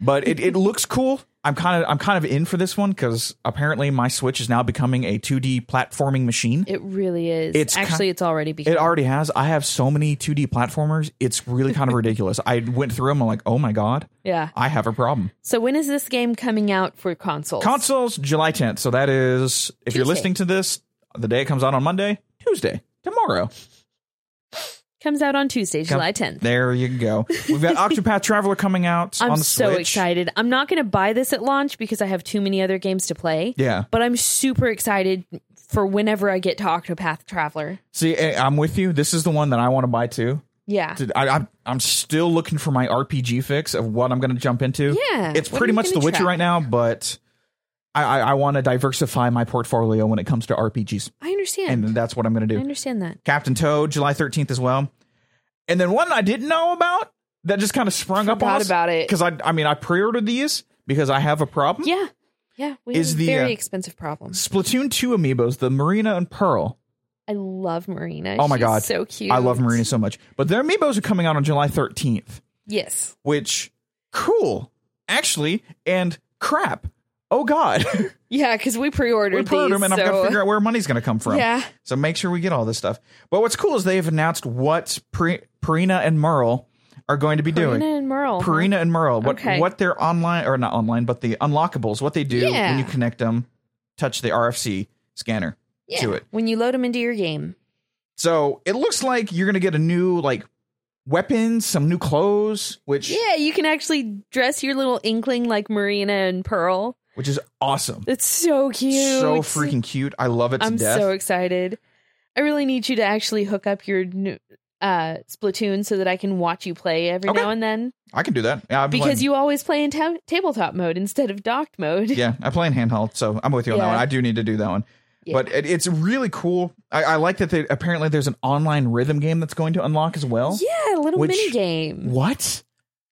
But it, it looks cool. I'm kind of I'm kind of in for this one because apparently my Switch is now becoming a 2D platforming machine. it really is. It's ki- actually it's already become. It already has. I have so many 2D platformers. It's really *laughs* kind of ridiculous. I went through them. I'm like, oh my god, yeah. I have a problem. So when is this game coming out for consoles? Consoles July 10th. So that is if you're Tuesday. listening to this, the day it comes out on Monday, Tuesday, tomorrow. comes out on Tuesday, July 10th. There you go. We've got *laughs* Octopath Traveler coming out I'm on the so Switch. excited. I'm not going to buy this at launch because I have too many other games to play, Yeah. but I'm super excited for whenever I get to Octopath Traveler. See, I- I'm with you. This is the one that I want to buy too. Yeah. I, I'm I'm still looking for my RPG fix of what I'm going to jump into. Yeah. it's What are pretty you much The gonna Witcher try? right now, but I I, I want to diversify my portfolio when it comes to RPGs, I understand. and that's what I'm going to I do. understand that. Captain Toad, July 13th as well, and then one I didn't know about that just kind of sprung up on Forgot us about it. because I I mean I pre-ordered these because I have a problem. Yeah. Yeah. We Is have the, very uh, expensive problems. Splatoon 2 amiibos, the Marina and Pearl. I love Marina. Oh my She's God. So cute. I love Marina so much. But their amiibos are coming out on July 13th, Yes. which cool, actually, and crap. Oh God, *laughs* Yeah, because we pre we ordered these. heard them, and I've got so- to figure out where money's going to come from. Yeah. So make sure we get all this stuff. But what's cool is they have announced what Pri- Perina and Merle are going to be Marina doing. and Merle. huh? Perina and Merle, what Okay. what they're online or not online, but the unlockables, what they do Yeah. when you connect them, touch the RFC scanner yeah. to it. When you load them into your game. So it looks like you're gonna get a new like weapons, some new clothes, which Yeah, you can actually dress your little inkling like Marina and Pearl. which is awesome. It's so cute. So freaking cute. I love it to I'm death. so excited. I really need you to actually hook up your new, uh, Splatoon so that I can watch you play every Okay. now and then I can do that. Yeah, I'm because you always play in ta- tabletop mode instead of docked *laughs* mode. Yeah, I play in handheld, so I'm with you on that Yeah. one. I do need to do that one. Yeah. But it, it's really cool. I, I like that they, apparently there's an online rhythm game that's going to unlock as well. *laughs* Yeah, a little Which- mini game. What?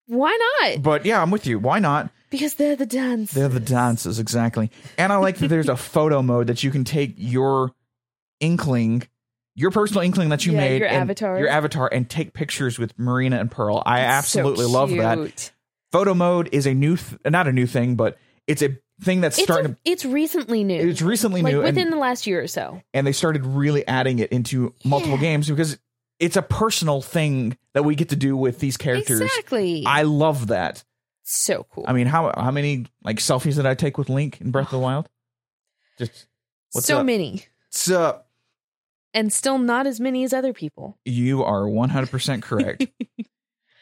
Why not? But yeah, I'm with you. Why not? Because they're the dance. They're the dances, exactly. And I like that *laughs* there's a photo mode that you can take your inkling, your personal inkling that you Yeah, made, your and- avatar. your avatar, and take pictures with Marina and Pearl. I It's so absolutely love that. cute. Photo mode is a new, th- not a new thing, but it's a thing that's It's, starting. a- it's recently new. it's recently like new, within and, the last year or so. and they started really adding it into multiple Yeah. games because it's a personal thing that we get to do with these characters. Exactly. I love that. so cool. I mean, how how many like selfies did I take with Link in Breath of the Wild? Just what's Ah. so up? many. So and still not as many as other people. you are 100% *laughs* correct.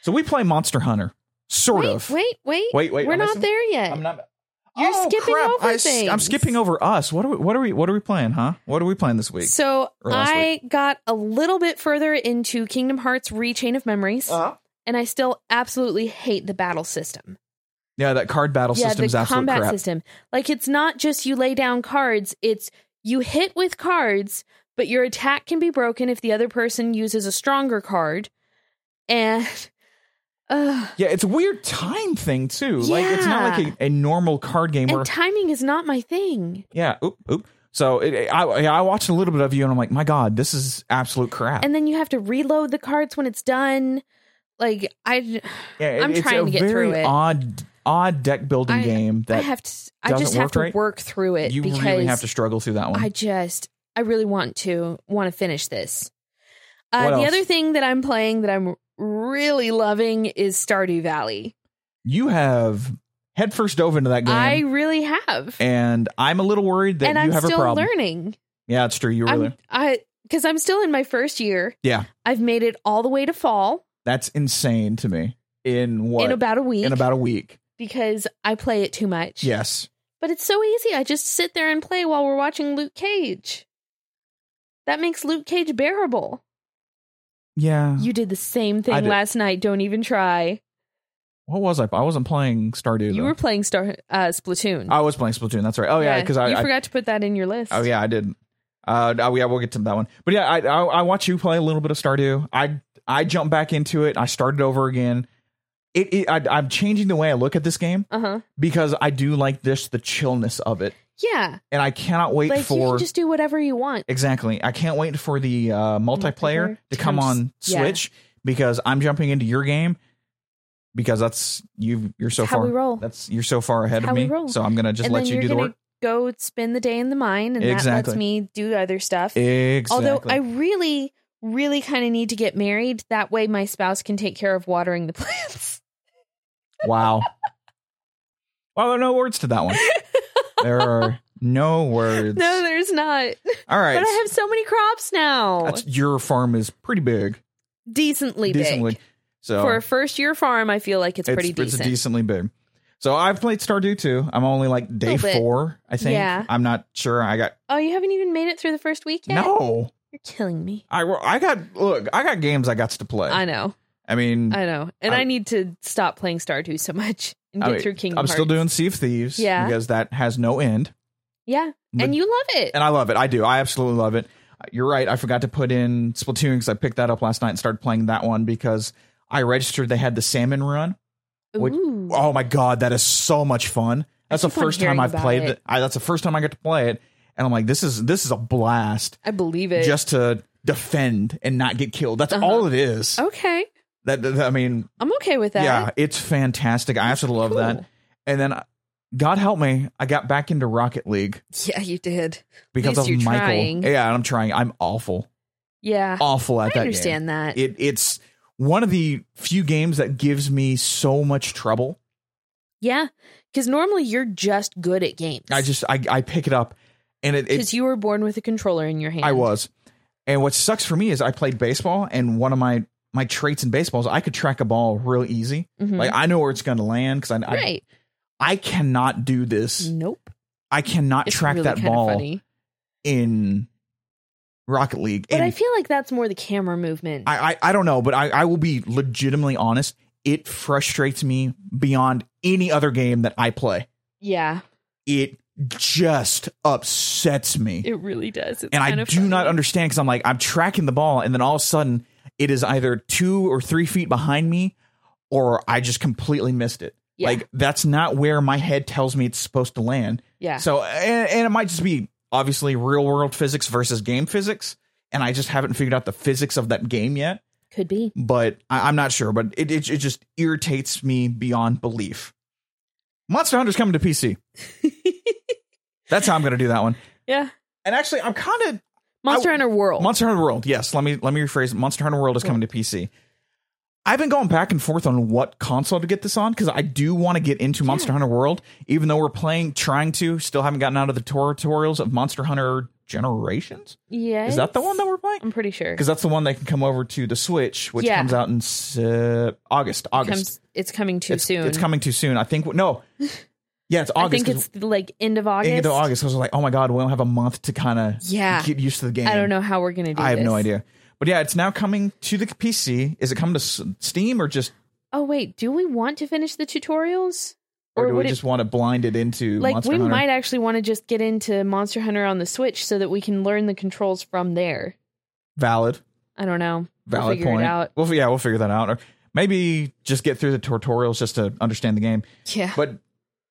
so we play Monster Hunter, sort wait, of. wait, wait, wait, wait, We're I'm not missing- there yet. I'm not. You're Oh, skipping crap. over I, s- I'm things. skipping over us. What are we? What are we? What are we playing? Huh? What are we playing this week? so Or last I got a little bit further into Kingdom Hearts Rechain of Memories, Uh-huh. and I still absolutely hate the battle system. Yeah, that card battle yeah, system the is absolute combat crap. system. Like it's not just you lay down cards; it's you hit with cards, but your attack can be broken if the other person uses a stronger card, and *laughs* Ugh. Yeah, it's a weird time thing too. Like it's not Yeah. like a, a normal card game where And timing is not my thing. yeah, oop oop. So it, I I watched a little bit of you and I'm like, my god, this is absolute crap. And then you have to reload the cards when it's done. Like I, yeah, it- I'm it's trying a to get very through it. odd odd deck building I- game I that have to. I doesn't just have work to right. work through it you because really have to struggle through that one. I just, I really want to want to finish this. Uh, What the else? other thing that I'm playing that I'm really loving is Stardew Valley. you have headfirst dove into that game, I really have, and I'm a little worried that and you I'm have a still problem. learning. Yeah, it's true. You really. I'm, I because I'm still in my first year. Yeah. I've made it all the way to fall That's insane to me. In what? in about a week. in about a week. because I play it too much. Yes. But it's so easy. I just sit there and play while we're watching Luke Cage. That makes Luke *sighs* Cage bearable. Yeah. You did the same I thing did. last night. Don't even try. what was I? I wasn't playing Stardew. You though. were playing Star uh, Splatoon. I was playing Splatoon. That's right. Oh yeah, because you I, I forgot to put that in your list. Oh yeah, I did. Uh, oh, yeah, we'll get to that one. But yeah, I, I I watch you play a little bit of Stardew. I I jump back into it. I started over again. It, it I, I'm changing the way I look at this game Uh huh. because I do like this the chillness of it, Yeah. and I cannot wait Like you for can just do whatever you want. exactly. I can't wait for the uh, multiplayer Multiplayer to come comes- on yeah. Switch because I'm jumping into your game because that's you. You're so That's how far. we roll. That's you're so far ahead how of we me. roll. So I'm gonna just and let then you are do the gonna work. go spend the day in the mine, and that Exactly. lets me do other stuff. Exactly. Although I really, really kind of need to get married. That way, my spouse can take care of watering the *laughs* plants. Wow. *laughs* Well, there are no words to that *laughs* one. There are no words. no, there's not. All right. But I have so many crops now. That's, your farm is pretty big. decently, big. So For a first year farm, I feel like it's, pretty decent. It's decently big. So I've played Stardew too. I'm only like day Little bit. four, I think. Yeah. I'm not sure. I got oh, you haven't even made it through the first week yet? no. You're killing me. I I got look. I got games I got to play. I I, know. mean, I, I know. And I, I- need to stop playing Stardew so much *laughs* and I get mean, through Kingdom am still Hearts. doing Sea of Thieves. Yeah. because that has no end. Yeah. But- and you love it. and I love it. I do. I absolutely love it. You're right. I forgot to put in Splatoon because I picked that up last night and started playing that one because I registered they had the salmon run. would- Ooh. Oh my god, that is so much fun! That's the keep on first time hearing I've about played it. it. I, that's the first time I get to play it, and I'm like, this is this is a blast I believe it. just to defend and not get killed. That's Uh-huh. all it is. okay. That, that- I mean, I'm okay with that. yeah, it's fantastic. I absolutely love that. Cool. And then, uh, God help me, I got back into Rocket League Yeah, you did. because least of you're Michael. trying. Yeah, and I'm trying. I'm awful. Yeah. awful at I that understand that. game. It it's one of the few games that gives me so much trouble. yeah. Because normally you're just good at games. I just I, I pick it up and it, Because it you were born with a controller in your hand. I was. And what sucks for me is I played baseball and one of my my traits in baseball is I could track a ball real easy. Mhm. Like I know where it's going to land cuz I, right. I I cannot do this. Nope. I cannot It's track really that kinda ball Funny. in Rocket League. But and I feel like that's more the camera movement. I, I I don't know, but I, I will be legitimately honest. It frustrates me beyond any other game that I play. yeah, It just upsets me, it really does. It's and I kind do of funny. not understand because I'm like I'm tracking the ball, and then all of a sudden it is either two or three feet behind me, or I just completely missed it. Yeah. Like that's not where my head tells me it's supposed to land. Yeah. So and, and it might just be obviously real world physics versus game physics, and I just haven't figured out the physics of that game yet Could be. but I, I'm not sure. But it, it it just irritates me beyond belief. Monster Hunter's coming to PC. That's how I'm going to do that one. yeah. And actually, I'm kind of Monster I- Hunter World. Monster Hunter World. Yes, let me let me rephrase. it. Monster Hunter World is coming to PC. I've been going back and forth on what console to get this on because I do want to get into Monster Hunter World, even though we're playing, trying to, still haven't gotten out of the tutorials of Monster Hunter Generations. yeah. Is that the one that we're playing? I'm pretty sure. Because that's the one that can come over to the Switch, which Yeah. comes out in uh, August. August. Comes, it's coming too it's, soon. It's coming too soon. I think. *laughs* No. Yeah, it's I August. think 'cause it's like end of August. Into August, I was like, oh my god, we don't have a month to kind of Yeah. get used to the game. I don't know how we're gonna do. I have no this. idea. But yeah, it's now coming to the PC. Is it coming to S- Steam or just, Oh wait, do we want to finish the tutorials, or, do we would just it? want to blind it into Like Monster we Hunter? might actually want to just get into Monster Hunter on the Switch so that we can learn the controls from there. Valid, I don't know. We'll valid figure point. it out. Well, yeah, we'll figure that out. Or- Maybe just get through the tutorials just to understand the game. Yeah. But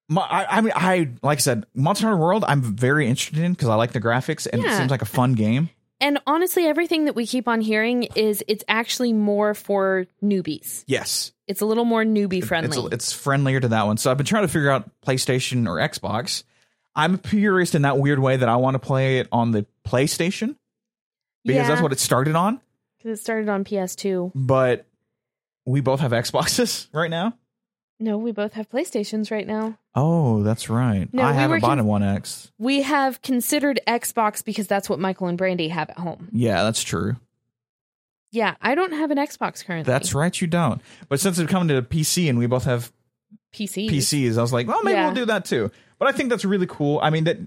my, I, I mean, I like I said, Monster Hunter World. I'm very interested in because I like the graphics and it Yeah. seems like a fun game. and honestly, everything that we keep on hearing is it's actually more for newbies. Yes, It's a little more newbie friendly. it's it's friendlier to that one. So I've been trying to figure out PlayStation or Xbox. I'm a purist in that weird way that I want to play it on the PlayStation because that's what it started on. Because it started on PS2. But we both have Xboxes *laughs* right now. No, we both have PlayStations right now. Oh, that's right. No, I we were haven't bought con- a One X. We have considered Xbox because that's what Michael and Brandy have at home. Yeah, that's true. Yeah, I don't have an Xbox currently. That's right. You don't. But since it's coming to PC and we both have PC. PCs, I was like, well, maybe Yeah. we'll do that too. But I think that's really cool. I mean, that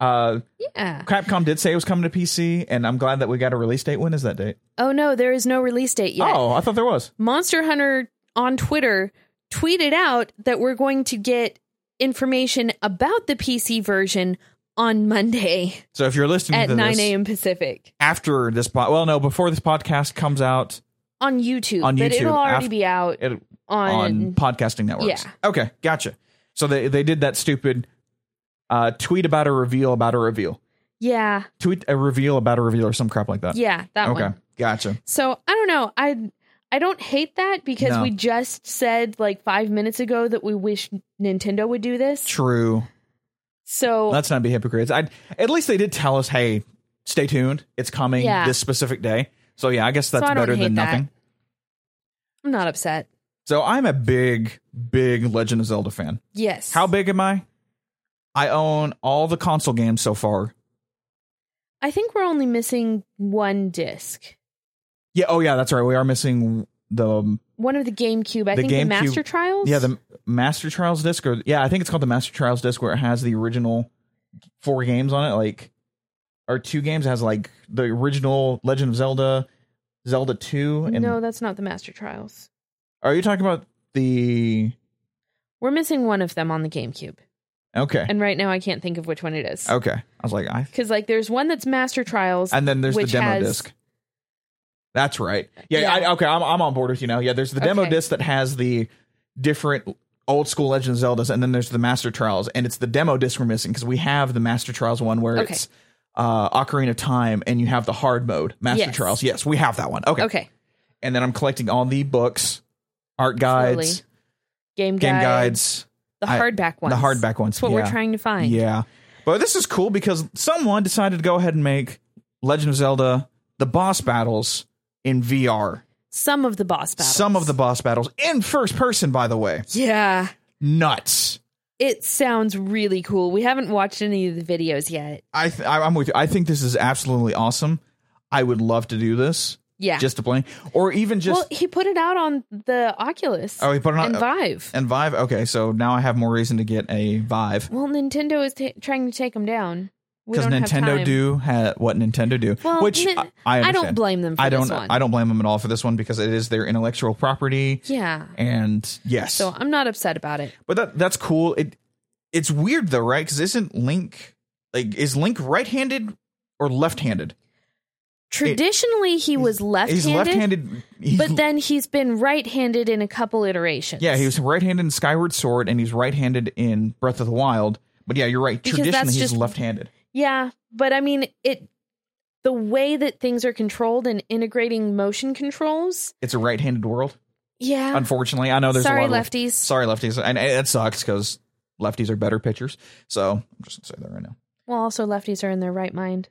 uh, Yeah. Capcom did say it was coming to PC, and I'm glad that we got a release date. When is that date? Oh no, there is no release date yet. Oh, I thought there was. Monster Hunter on Twitter tweeted out that we're going to get information about the PC version on Monday So if you're listening at to 9 this a.m. Pacific after this, po- well, no, before this podcast comes out on YouTube. On but YouTube, it'll already af- be out it, on, on podcasting networks. Yeah. Okay, gotcha. So they they did that stupid uh, tweet about a reveal about a reveal, yeah, tweet a reveal about a reveal, or some crap like that. yeah, that okay, one. gotcha. So I don't know. I I don't hate that because No. we just said like five minutes ago that we wish Nintendo would do this. True. So Let's not be hypocrites. I at least they did tell us, hey, stay tuned. It's coming Yeah. this specific day. So yeah, I guess So that's I don't better hate than that. nothing. I'm not upset. So I'm a big, big Legend of Zelda fan. Yes. How big am I? I own all the console games so far. I think we're only missing one disc. Yeah. Oh yeah, that's right. We are missing the One of the GameCube. I The think GameCube- the Master Trials. yeah the Master Trials disc or yeah I think it's called the Master Trials disc where it has the original four games on it like or two games it has like the original Legend of Zelda, Zelda two and no, that's not the Master Trials. are you talking about the We're missing one of them on the GameCube, okay and right now I can't think of which one it is. Okay. I was like, I. Because like, there's one that's Master Trials. And then there's the Which demo has- disc. That's right. Yeah. Yeah. I, okay. I'm, I'm on board with you now. Yeah. There's the demo Okay. disc that has the different old school Legend of Zeldas, and then there's the Master Trials, and it's the demo disc we're missing because we have the Master Trials one where Okay. it's uh, Ocarina of Time, and you have the hard mode Master Yes. Trials. Yes, we have that one. Okay. okay, And then I'm collecting all the books, art guides, Slowly. game game guide, guides, the I- hardback one, the hardback ones. That's what yeah. we're trying to find. Yeah. But this is cool because someone decided to go ahead and make Legend of Zelda the boss battles in VR. Some of the boss battles. Some of the boss battles in first person, by the way. Yeah, Nuts. it sounds really cool. We haven't watched any of the videos yet. I th- I- I'm with you. I think this is absolutely awesome. I would love to do this Yeah. just to play, or even just well, he put it out on the Oculus oh, he put it on and Vive. and Vive. Okay, so now I have more reason to get a Vive well, Nintendo is ta trying to take them down. We because don't have Nintendo time. do ha- what Nintendo do, Well, which Nin- I, I I understand. don't blame them for I don't. this one. I don't blame them at all for this one because it is their intellectual property. yeah. and yes So I'm not upset about it. but that that's cool it it's weird though right because isn't link like is link right-handed or left-handed Traditionally, he was left-handed, he's left-handed he's, but then he's been right-handed in a couple iterations. yeah he was right-handed in skyward sword and he's right-handed in breath of the wild but yeah you're right Because traditionally that's he's just- left-handed Yeah, but I mean it. The way that things are controlled and integrating motion controls. it's a right-handed world Yeah. unfortunately i know Oh, there's a Sorry, lot of lefties. sorry lefties and it sucks because lefties are better pitchers so i'm just gonna say that right now Well, also lefties are in their right mind.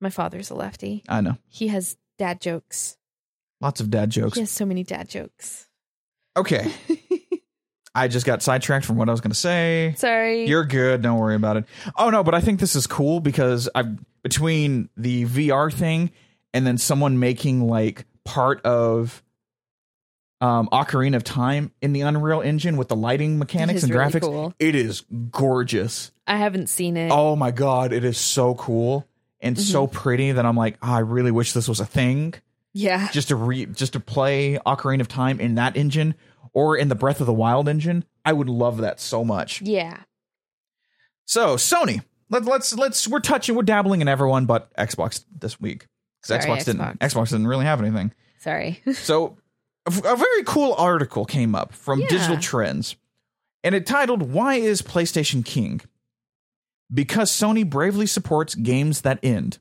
My father's a lefty. i know He has dad jokes. lots of dad jokes He has so many dad jokes. okay i just got sidetracked from what i was gonna say *laughs* Sorry. You're good. Don't worry about it. Oh no, but I think this is cool because I between the VR thing and then someone making like part of um Ocarina of Time in the Unreal Engine with the lighting mechanics is and really graphics. cool. It is gorgeous. I haven't seen it. Oh my god, it is so cool and so Mm-hmm. pretty that I'm like, "Ah, I really wish this was a thing yeah. just to re just to play Ocarina of Time in that engine or in the Breath of the Wild engine. I would love that so much. Yeah. So Sony, let, let's let's we're touching, we're dabbling in everyone but Xbox this week because Sorry, Xbox didn't Xbox. *laughs* Xbox didn't really have anything. Sorry. So, a a very cool article came up from Yeah. Digital Trends, and it titled "Why Is PlayStation King?" Because Sony bravely supports games that end.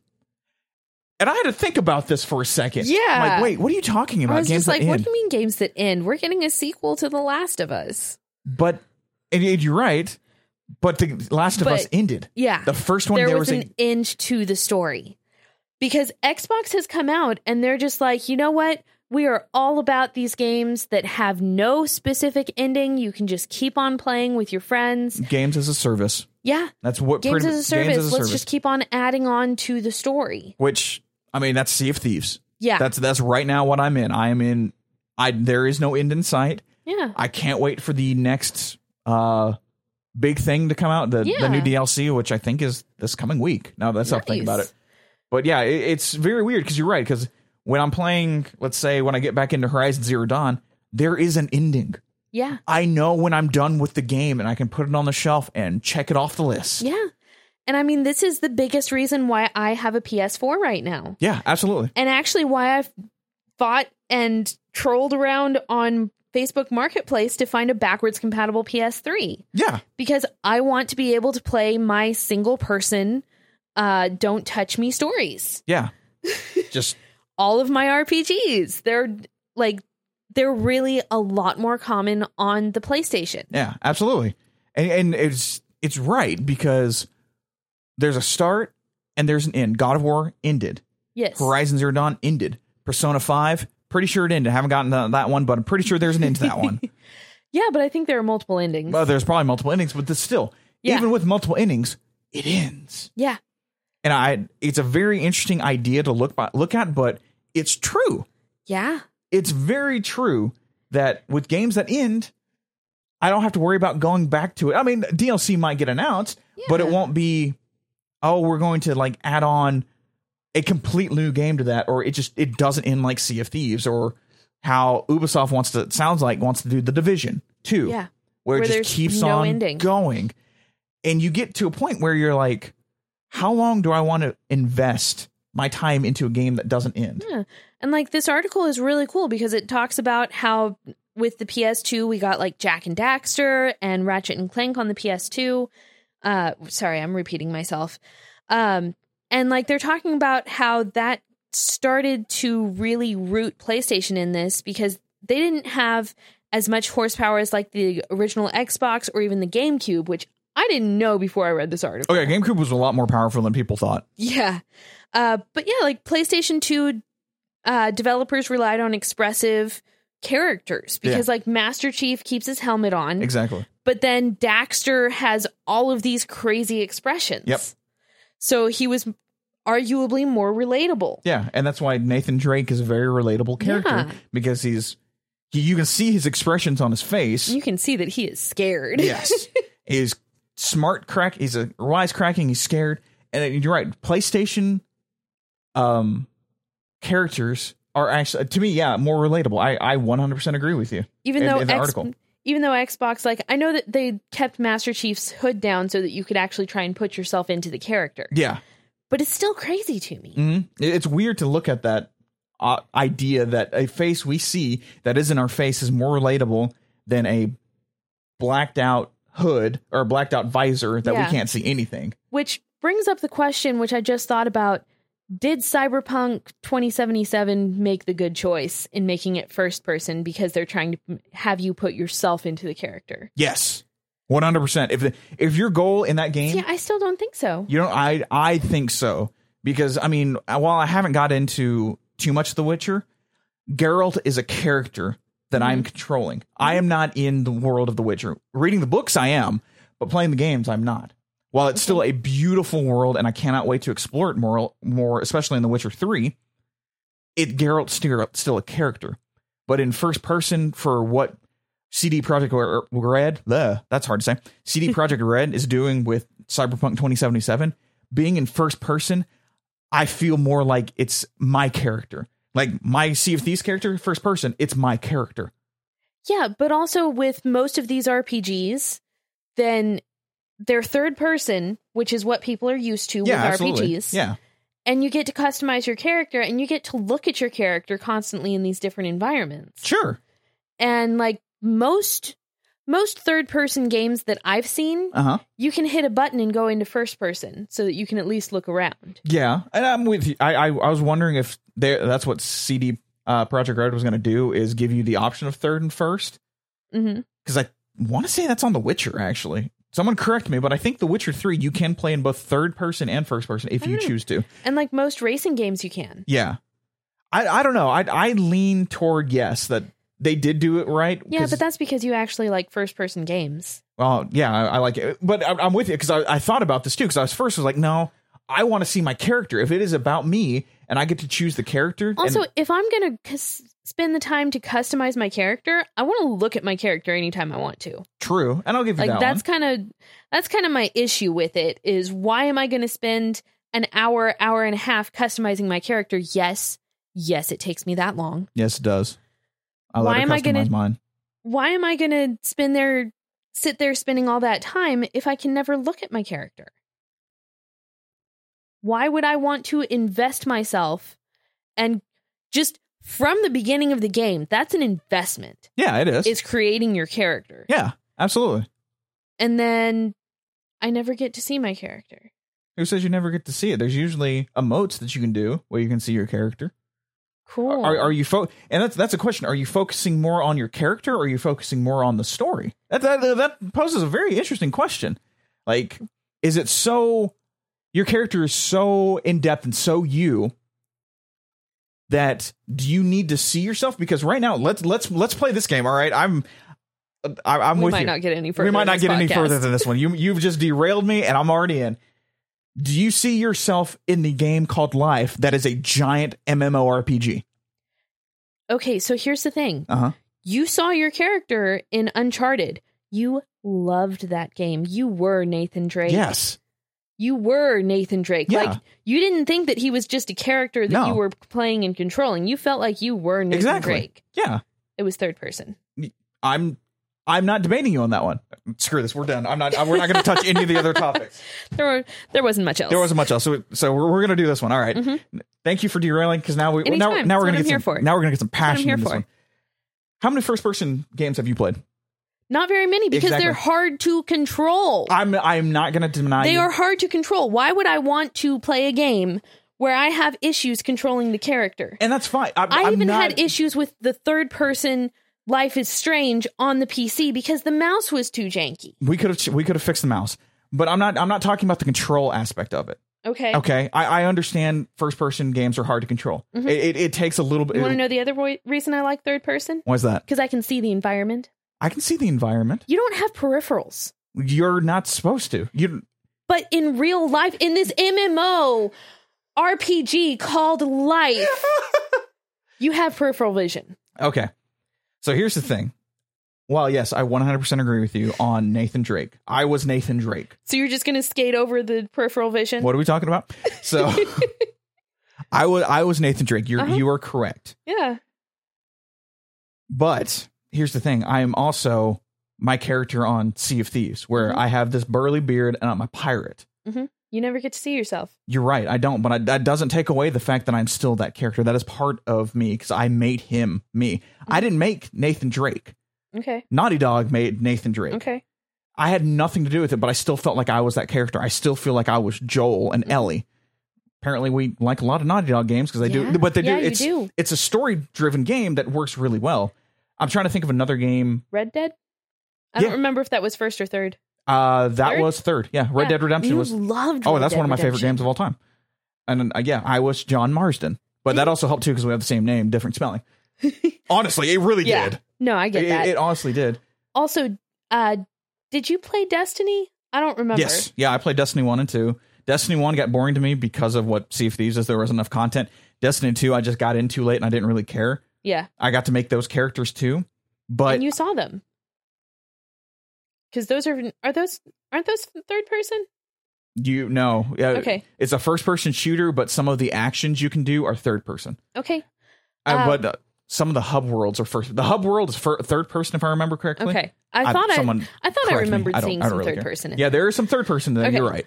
And I had to think about this for a second. Yeah. I'm like, wait, what are you talking about? I was games just like, that what end. do you mean games that end? We're getting a sequel to The Last of Us. but and, and you're right. But the Last of But- Us ended. Yeah. The first one there, there, was, was, an end to the story. Because Xbox has come out and they're just like, you know what? We are all about these games that have no specific ending. You can just keep on playing with your friends. a games as a service. Yeah. That's what Games pretty- as a service. Games as a Let's service. just keep on adding on to the story. Which I mean, that's Sea of Thieves. Yeah. That's that's right now what I'm in. I am in. I there is no end in sight. yeah. I can't wait for the next uh big thing to come out. The the new Yeah. DLC, which I think is this coming week. Now that's nice. think about Nice. it. But yeah, it, it's very weird because you're right. Because when I'm playing, let's say when I get back into Horizon Zero Dawn, there is an ending. Yeah. I know when I'm done with the game and I can put it on the shelf and check it off the list. Yeah. And I mean, this is the biggest reason why I have a PS4 right now. Yeah, absolutely. And actually, why I've fought and trolled around on Facebook Marketplace to find a backwards compatible PS3 Yeah. because I want to be able to play my single person, uh, don't touch me stories. *laughs* Yeah. Just All of my RPGs, they're like, they're really a lot more common on the PlayStation. yeah, absolutely. And and it's it's right because there's a start and there's an end. God of War ended. Yes. Horizon Zero Dawn ended. Persona 5, pretty sure it ended. I haven't gotten to that one, but I'm pretty sure there's an end to that one. Yeah, but I think there are multiple endings. well, there's probably multiple endings, but this still, Yeah. even with multiple endings, it ends. yeah. And I it's a very interesting idea to look by, look at, but it's true. Yeah. it's very true that with games that end, I don't have to worry about going back to it. I mean, DLC might get announced, but it Yeah. won't be, oh, we're going to like add on a complete new game to that, or it just it doesn't end like Sea of Thieves or how Ubisoft wants to it sounds like wants to do the Division Two, Yeah. where, Where it there's just keeps no on ending. going, and you get to a point where you're like, how long do I want to invest my time into a game that doesn't end? And like this article is really cool because it talks about how with the PS2 we got like Jack and Daxter and Ratchet and Clank on the PS2. Uh sorry, I'm repeating myself. Um and like they're talking about how that started to really root PlayStation in this because they didn't have as much horsepower as like the original Xbox or even the GameCube, which I didn't know before I read this article. Okay, GameCube was a lot more powerful than people thought. Yeah. Uh, but yeah, like PlayStation 2 uh, developers relied on expressive characters because like Master Chief keeps his helmet *laughs* on, Exactly. but then Daxter has all of these crazy expressions. Yep. So he was arguably more relatable. Yeah, and that's why Nathan Drake is a very relatable character Yeah. because he's he, you can see his expressions on his face. You can see that he is scared. yes, he's smart crack. He's a wise cracking. He's scared, and you're right. PlayStation, um, characters are actually to me, yeah, more relatable. I I 100 percent agree with you. *laughs* even in- though in the X- article. even though Xbox like I know that they kept Master Chief's hood down so that you could actually try and put yourself into the character. Yeah, But it's still crazy to me. hmm it's weird to look at that uh, idea that a face we see that isn't our face is more relatable than a blacked out hood or a blacked out visor that Yeah. we can't see anything. Which brings up the question, which I just thought about Did Cyberpunk 2077 make the good choice in making it first person because they're trying to m- have you put yourself into the character? Yes, one hundred percent. If the, if your goal in that game, Yeah, I still don't think so. you know, I I think so because I mean, while I haven't got into too much of The Witcher, Geralt is a character that I'm controlling. I am not in the world of The Witcher. Reading the books, I am, but playing the games, I'm not. While it's still a beautiful world, and I cannot wait to explore it more, more especially in The Witcher Three, it Geralt's still, still a character, but in first person for what CD Project Red, bleh, that's hard to say. CD Project Red is doing with Cyberpunk 2077, being in first person, I feel more like it's my character. Like my Sea of Thieves character, first person, it's my character. Yeah, but also with most of these RPGs, then they're third person, which is what people are used to with RPGs. Yeah. and you get to customize your character and you get to look at your character constantly in these different environments Sure. and like most most third person games that i've seen Uh huh. you can hit a button and go into first person so that you can at least look around Yeah, and I'm with you. I I, I was wondering if they, that's what CD uh, Project Red was going to do is give you the option of third and first hmm because I want to say that's on The Witcher actually. Someone correct me, but I think The Witcher Three you can play in both third person and first person if you Hmm. choose to. and like most racing games you can Yeah, I I don't know. I I lean toward yes that they did do it right. yeah 'cause- but that's because you actually like first person games Well, yeah, I, I like it, but I, I'm with you because I, I thought about this too. Because I was first was like, no, I want to see my character. If it is about me and I get to choose the character, and- also if i'm gonna cus- spend the time to customize my character i want to look at my character anytime i want to true, and I'll give you like that one. that's kind of that's kind of my issue with it is why am i going to spend an hour hour and a half customizing my character yes yes it takes me that long Yes, it does. I let Why her am I customize gonna- mine? why am i going to spend there sit there spending all that time if i can never look at my character why would i want to invest myself and just from the beginning of the game that's an investment Yeah, it is. is creating your character yeah, absolutely. and then i never get to see my character Who says you never get to see it? There's usually emotes that you can do where you can see your character. cool Are, are you fo- and that's that's a question. Are you focusing more on your character or are you focusing more on the story? That that, that poses a very interesting question. Like, is it so your character is so in depth and so you that do you need to see yourself? Because right now, let's let's let's play this game. All right, I'm I, I'm we with might you. not get any we further. might in not this get any podcast. further than this one. You you've just derailed me, and I'm already in. Do you see yourself in the game called Life that is a giant MMORPG? okay, so here's the thing: Uh huh. you saw your character in Uncharted. You loved that game. You were Nathan Drake. Yes. you were Nathan Drake. Yeah. Like you didn't think that he was just a character that No. you were playing and controlling. You felt like you were Nathan Exactly. Drake. Yeah. It was third person. I'm. I'm not debating you on that one. Screw this. We're done. I'm not. We're not going to touch any of the other *laughs* topics. There were there wasn't much else. There wasn't much else. So, so we're, we're going to do this one. All right. Mhm. Thank you for derailing because now we now, Anytime. now That's we're what going to I'm get here some, for. now we're going to get some passion here in this for. one. How many first person games have you played? not very many because Exactly. they're hard to control. I'm. I'm not going to deny they you. are hard to control. Why would I want to play a game where I have issues controlling the character? and that's fine. I'm, I I'm even not, had issues with the third person Life is Strange on the PC because the mouse was too janky. we could have we could have fixed the mouse but i'm not i'm not talking about the control aspect of it Okay. okay i, I understand first person games are hard to control it, it, it takes a little bit Mm-hmm. You want to know the other wo- reason I like third person? why's that Because I can see the environment. i can see the environment You don't have peripherals. you're not supposed to you But in real life, in this MMO RPG called Life, *laughs* you have peripheral vision. okay so here's the thing well yes i 100% agree with you on nathan drake i was nathan drake So you're just going to skate over the peripheral vision? what are we talking about *laughs* so *laughs* i was i was nathan drake you're Uh-huh. you are correct Yeah. But here's the thing: I am also my character on Sea of Thieves, where Mhm. I have this burly beard and I'm a pirate. You never get to see yourself. You're right, I don't, but I, that doesn't take away the fact that I'm still that character. That is part of me because I made him me. Mm-hmm. I didn't make Nathan Drake. Okay. Naughty Dog made Nathan Drake. Okay. I had nothing to do with it, but I still felt like I was that character. I still feel like I was Joel Mm-hmm. and Ellie. Apparently, we like a lot of Naughty Dog games because they Yeah. do, but they Yeah, do. you It's do. it's a story driven game that works really well. I'm trying to think of another game Red Dead? I Yeah. don't remember if that was first or third. Uh, that Third? was third. Yeah, Red Yeah. Dead Redemption you was. loved. Oh, Red that's Dead one of my favorite Redemption. games of all time. And uh, yeah, I was John Marsden, but that also helped too because we have the same name, different *laughs* spelling. honestly, it really Yeah, did. No, I get It, that. it honestly did. also, uh, did you play Destiny? I don't remember. Yes, yeah, I played Destiny one and two. Destiny one got boring to me because of what Sea of Thieves is. There wasn't enough content. Destiny two, I just got in too late and I didn't really care. Yeah, I got to make those characters too, but and you saw them because those are are those aren't those third person? you know, yeah, Okay, it's a first person shooter, but some of the actions you can do are third person. okay, I Um, but uh, some of the hub worlds are first. The hub world is fir- third person, if I remember correctly. okay. I thought I, someone. I thought I correct me. remembered I don't- seeing I don't some really third care. person. in Yeah, there is some third person. Then Okay. you're right.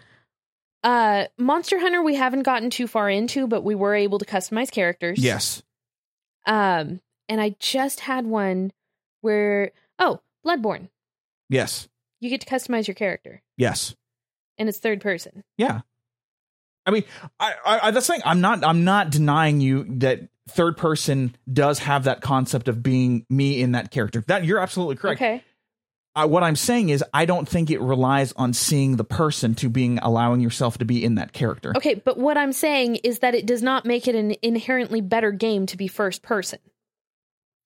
Uh, Monster Hunter, we haven't gotten too far into, but we were able to customize characters. Yes. Um, and I just had one where oh, Bloodborne, Yes. you get to customize your character, Yes. and it's third person. Yeah. I mean, I, I, I that's the thing. I'm not I'm not denying you that third person does have that concept of being me in that character. That you're absolutely correct. Okay. I, what I'm saying is I don't think it relies on seeing the person to being allowing yourself to be in that character. Okay, but what I'm saying is that it does not make it an inherently better game to be first person.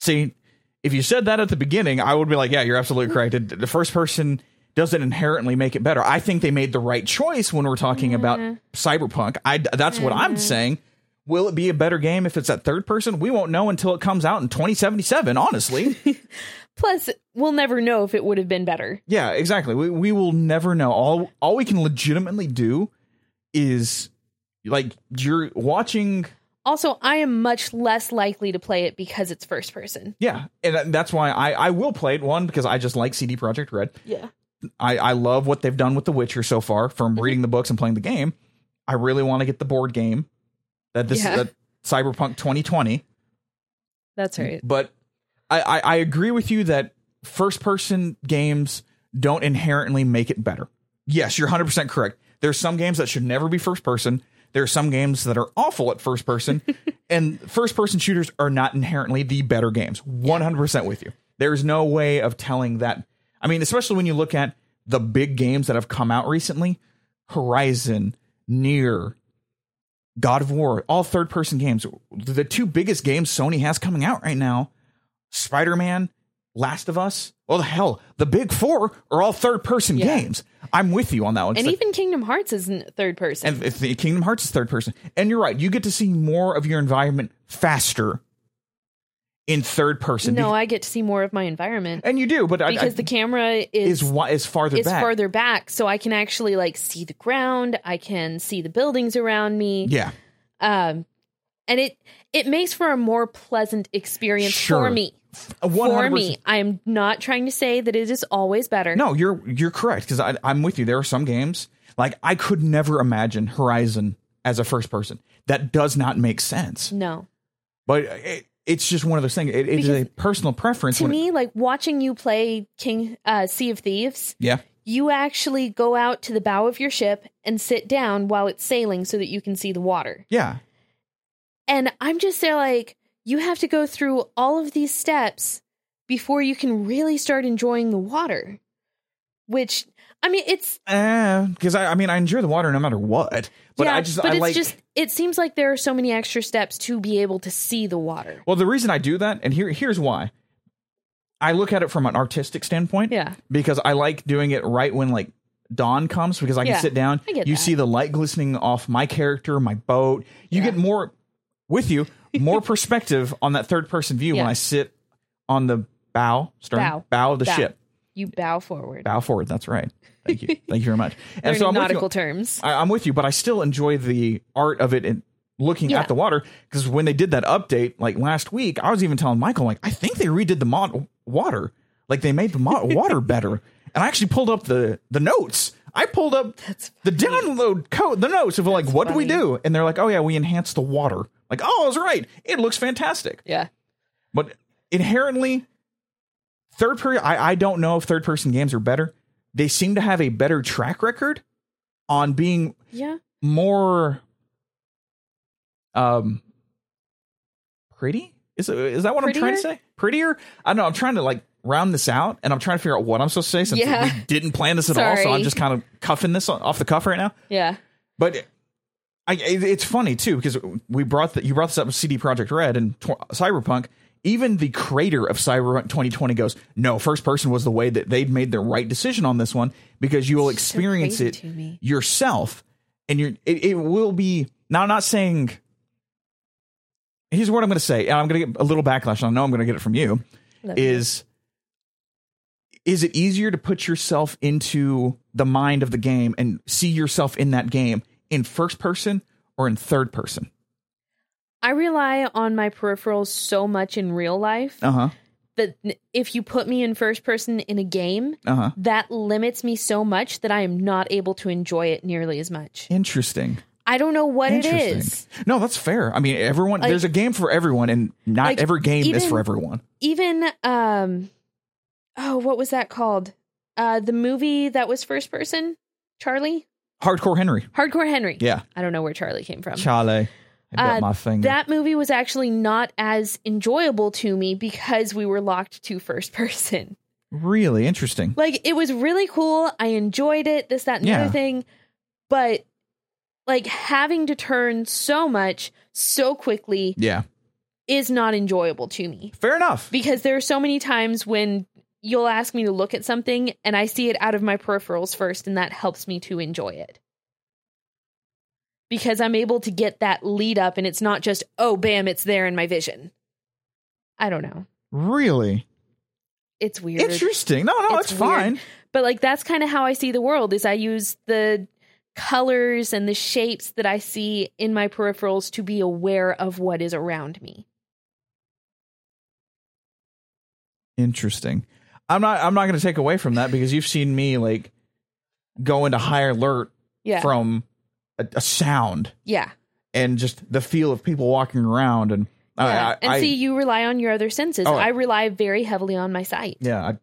See, if you said that at the beginning, I would be like, yeah, you're absolutely correct. It- The first person doesn't inherently make it better. I think they made the right choice when we're talking about Cyberpunk. I that's what I'm saying. Will it be a better game if it's at third person? We won't know until it comes out in 2077, honestly. Plus, we'll never know if it would have been better. yeah, exactly. We we will never know. All all we can legitimately do is like you're watching Also, I am much less likely to play it because it's first person. yeah, and that- that's why I I will play it one because I just like CD Project Red. Yeah. I, I love what they've done with The Witcher so far from reading the books and playing the game. I really want to get the board game that this Yeah. that Cyberpunk 2020. That's right. But I, I, I agree with you that first person games don't inherently make it better. Yes, you're 100% correct. There's some games that should never be first person. There are some games that are awful at first person, and first person shooters are not inherently the better games. 100% with you. There's no way of telling that. I mean, especially when you look at the big games that have come out recently Horizon, Near, God of War, all third person games. The two biggest games Sony has coming out right now Spider Man, Last of Us. Well, hell, the big four are all third person Yeah. games. I'm with you on that one. And So- even Kingdom Hearts isn't third person. and if the Kingdom Hearts is third person. And you're right, you get to see more of your environment faster in third person. no, Be- I get to see more of my environment and you do, but I, I, because the camera is is wi- is farther is back. farther back, so I can actually like see the ground. I can see the buildings around me. yeah, Um, and it it makes for a more pleasant experience Sure. for me. For 100%. me, I am not trying to say that it is always better. No, you're you're correct because I'm with you. There are some games like I could never imagine Horizon as a first person. That does not make sense. no. But it, it's just one of those things. It, it is a Because personal preference. To when it- me, like watching you play King uh, Sea of Thieves, yeah, you actually go out to the bow of your ship and sit down while it's sailing so that you can see the water. yeah, And I'm just there like, you have to go through all of these steps before you can really start enjoying the water. Which I mean it's because Eh, I, I mean I enjoy the water no matter what. But yeah, I just but I it's like. just it seems like there are so many extra steps to be able to see the water. well, the reason I do that, and here here's why. I look at it from an artistic standpoint. Yeah. because I like doing it right when like dawn comes because I can Yeah, sit down. I get you that. see the light glistening off my character, my boat. You Yeah. get more with you, *laughs* more perspective on that third person view when Yeah. I sit on the bow, stern, bow, Bow. of the Bow. ship, You bow forward. bow forward. That's right. Thank you. *laughs* Thank you very much. And Learning so I'm with you. nautical terms. I, I'm with you, but I still enjoy the art of it and looking Yeah. at the water because when they did that update like last week, I was even telling Michael like I think they redid the mod water, like they made the *laughs* mod water better. And I actually pulled up the the notes. I pulled up the download code, the notes of like what do we funny. do, and they're like, oh yeah, we enhanced the water. Like oh, I was right. It looks fantastic, Yeah. but inherently. Third person, I, I don't know if third person games are better. They seem to have a better track record on being Yeah. more um pretty is is that what i'm trying to Prettier? say prettier i know i'm trying to like round this out and i'm trying to figure out what i'm supposed to say since Yeah. we didn't plan this at all so i'm Sorry. just kind of cuffing this off the cuff right now Yeah. but I, it- it's funny too because we brought that you brought this up with CD Project Red and tw- Cyberpunk. Even the creator of Cyberpunk 2020 goes, no, first person was the way that they'd made the right decision on this one because you will experience crazy it to me. yourself, and you're it, it will be. Now, I'm not saying. Here's what I'm going to say, and I'm going to get a little backlash. and I know I'm going to get it from you Love it. is is it easier to put yourself into the mind of the game and see yourself in that game in first person or in third person? I rely on my peripherals so much in real life Uh huh. that if you put me in first person in a game, Uh huh. that limits me so much that I am not able to enjoy it nearly as much. Interesting. I don't know what it Interesting. is. No, that's fair. I mean, everyone. Like- there's a game for everyone, and not Like, every game is even- for everyone. Even um oh, what was that called? Uh the movie that was first person? Charlie? Hardcore Henry. Hardcore Henry. Yeah, I don't know where Charlie came from. Charlie. I bet Uh, my finger. that movie was actually not as enjoyable to me because we were locked to first *laughs* person. really interesting. Like it was really cool. I enjoyed it, this, that, and the Yeah. other thing. But like having to turn so much so quickly Yeah, is not enjoyable to me. fair enough. Because there are so many times when you'll ask me to look at something and I see it out of my peripherals first, and that helps me to enjoy it. Because I'm able to get that lead up and it's not just, oh, bam, it's there in my vision. I don't know. Really It's weird. interesting. No, no, It's that's fine. but like that's kind of how i see the world is i use the colors and the shapes that i see in my peripherals to be aware of what is around me Interesting. I'm not. I'm not going to take away from that because you've seen me like go into high alert yeah from a, a sound yeah, and just the feel of people walking around and I- yeah. I, and I- see you rely on your other senses Oh, i I- rely very heavily on my sight yeah I,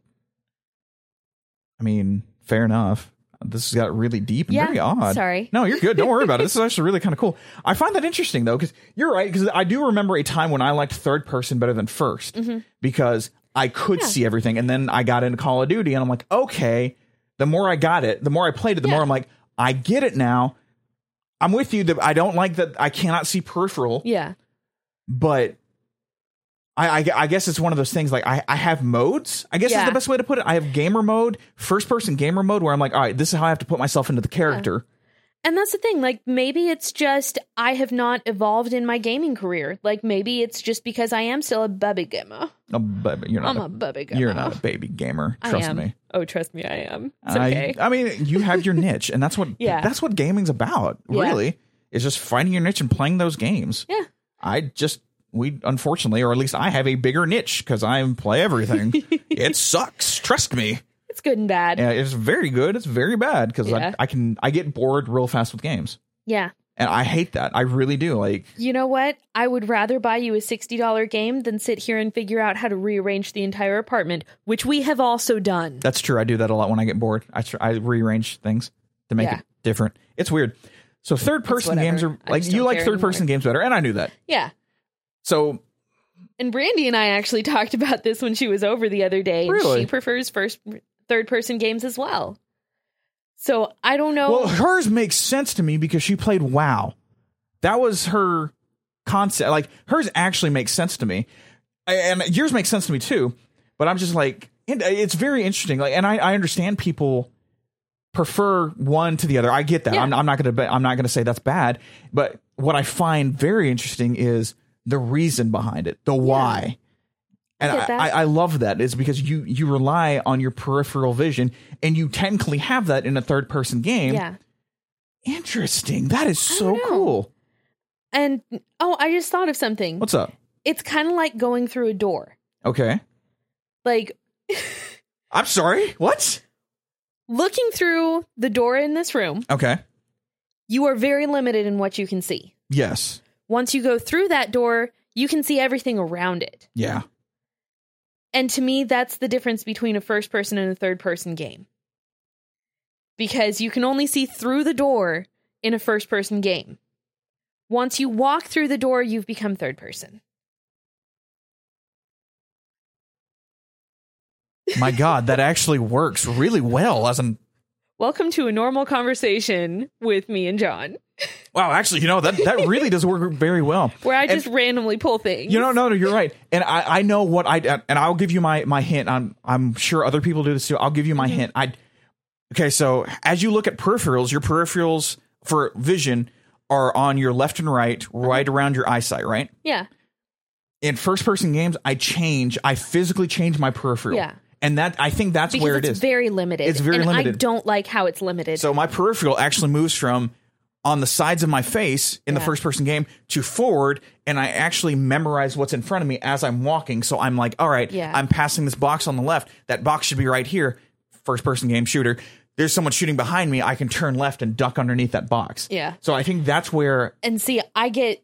I mean fair enough this has got really deep and Yeah, very odd sorry no you're good don't worry about it *laughs* this is actually really kind of cool i find that interesting though because you're right because i do remember a time when i liked third person better than 1st because i could Mm-hmm. Yeah. see everything and then i got into call of duty and i'm like okay the more i got it the more i played it the Yeah. more i'm like i get it now i'm with you that i don't like that i cannot see peripheral yeah but I, I, I guess it's one of those things like I, I have modes. I guess Yeah. is the best way to put it. I have gamer mode, first person gamer mode, where I'm like, all right, this is how I have to put myself into the character. and that's the thing like maybe it's just i have not evolved in my gaming career like maybe it's just because i am still a bubby gamer Oh, but you're not, i'm a, a bubby gamer you're not a baby gamer. I Trust am. me. oh trust me i am it's I- okay I, mean, you have your niche, and that's what *laughs* Yeah. that's what gaming's about. Yeah. Really, is just finding your niche and playing those games. Yeah. I just we unfortunately, or at least I have a bigger niche because I play everything. *laughs* it sucks. Trust me. it's good and bad Yeah, it's very good. It's very bad because Yeah. I, I can I get bored real fast with games, yeah. and I hate that. I really do. Like, You know what? I would rather buy you a $60 game than sit here and figure out how to rearrange the entire apartment, which we have also done. that's true. I do that a lot when I get bored. I tr- I rearrange things to make Yeah. it different. It's weird. So third person whatever. games are I like just you don't like care third person games better, and I knew that. Yeah. So And Brandy and I actually *laughs* talked about this when she was over the other day. and Really? She prefers first third person games as well. So I don't know. well, *laughs* hers makes sense to me because she played WoW. That was her concept. Like hers actually makes sense to me, and yours makes sense to me too. But I'm just like, it- it's very interesting. Like, and I, I understand people prefer one to the other. I get that. Yeah. I'm, I'm not gonna. be- I'm not gonna say that's bad. But what I find very interesting is the reason behind it, the why. And get I, that. I, I love that is because you you rely on your peripheral vision and you technically have that in a third person game. yeah. Interesting. That is I so don't know. cool. And oh, I just thought of something. What's up? It's kind of like going through a door. Okay. Like I'm sorry. What? looking through the door in this room, Okay. you are very limited in what you can see. Yes. Once you go through that door, you can see everything around it. Yeah. And to me, that's the difference between a first person and a third person game. Because you can only see through the door in a first person game. Once you walk through the door, you've become third person. My God, *laughs* that actually works really well as an Welcome to a normal conversation with me and John, Wow, actually, you know, that, that really does work very well. where I And- just randomly pull things. You know, no, no, you're right. And I, I know what I and I'll give you my my hint. I'm I'm sure other people do this too. I'll give you my Mm-hmm. hint. I okay. So as you look at peripherals, your peripherals for vision are on your left and right, Mm-hmm. right around your eyesight, right? yeah. In first person games, I change. I physically change my peripheral. Yeah. And that I think that's Because where it it's is. very limited. It's very and I limited. don't like how it's limited. so my peripheral actually moves from on the sides of my face in the Yeah. first person game to forward and I actually memorize what's in front of me as I'm walking. So I'm like, all right, Yeah. I'm passing this box on the left. That box should be right here. First person game shooter. There's someone shooting behind me. I can turn left and duck underneath that box. Yeah. So I think that's where And see, I get,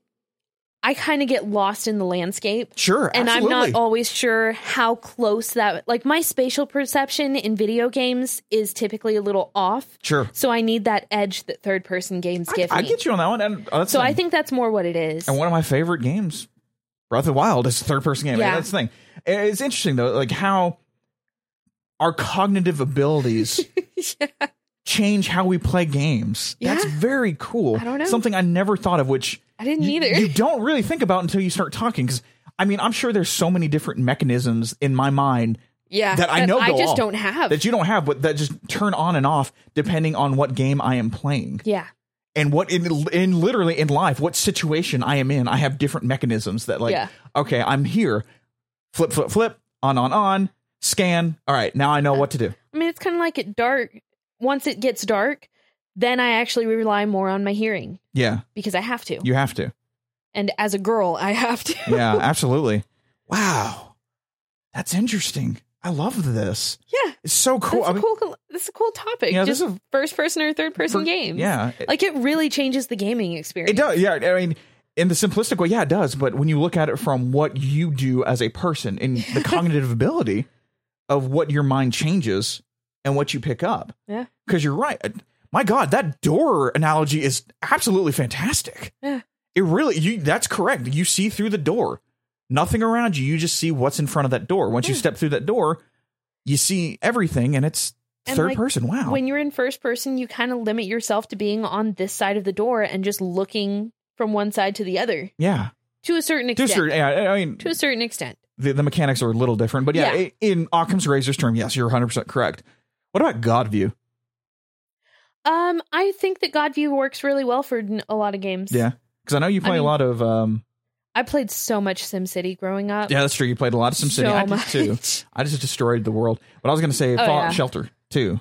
I kind of get lost in the landscape. sure And absolutely. I'm not always sure how close that, like my spatial perception in video games is typically a little off. sure. So I need that edge that third person games give I me. get you on that one. And uh, that's so a- I think that's more what it is. And one of my favorite games, Breath of the Wild, is a third person game. Yeah. That's the thing. It's interesting though, like how our cognitive *laughs* abilities change how we play games. That's Yeah. very cool. I don't know. Something I never thought of, which I didn't you, either. you don't really think about until you start talking. Because I mean, I'm sure there's so many different mechanisms in my mind yeah. that I know I go just on, don't have. that you don't have, but that just turn on and off depending on what game I am playing yeah. and what in in literally in life, what situation I am in, I have different mechanisms that like, Yeah. okay, I'm here, flip, flip, flip, on, on, on, scan. All right, now I know what to do. I mean, it's kind of like at dark. Once it gets dark, then I actually rely more on my hearing Yeah, because I have to. you have to. and as a girl, I have to. *laughs* Yeah, absolutely. Wow, that's interesting. I love this. yeah. It's so cool. That's I a mean, cool. That's a cool topic. Yeah, this just is a- first person or third person for- games. Yeah, it, Like it really changes the gaming experience. it does. Yeah, I mean. In the simplistic way, yeah, it does. But when you look at it from what you do as a person and *laughs* the cognitive ability of what your mind changes and what you pick up, Yeah. because you're right. uh, My God, that door analogy is absolutely fantastic. Yeah. It really you that's correct. You see through the door. Nothing around you. You just see what's in front of that door. Once you Yeah. step through that door, you see everything and it's And, third like, person. Wow. When you're in first person, you kind of limit yourself to being on this side of the door and just looking from one side to the other yeah. to a certain extent. Just yeah, I mean to a certain extent. the, the mechanics are a little different, but yeah, Yeah. i- in Occam's razor's term, yes, you're 100% correct. What about God view? Um, I think that God View works really well for n- a lot of games. Yeah. Cuz I know you play a mean- lot of um I played so much SimCity growing up. Yeah, that's true. You played a lot of SimCity. uh, So I did much. *laughs* too. I just destroyed the world. But I was going to say Oh, Fallout yeah. Shelter too.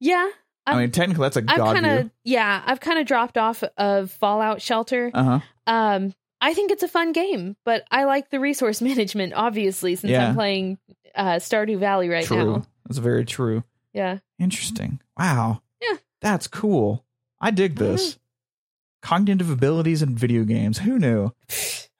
Yeah, i I'm- mean, technically, that's a I've god kind view. of yeah, I've kind of dropped off of Fallout Shelter. Uh huh. Um, I think it's a fun game, but I like the resource *laughs* management obviously since Yeah. I'm playing uh, Stardew Valley right true. now. That's very true. Yeah, Interesting. Wow. Yeah. Mm-hmm. That's cool. I dig I don't this. Cognitive abilities in video games. Who knew?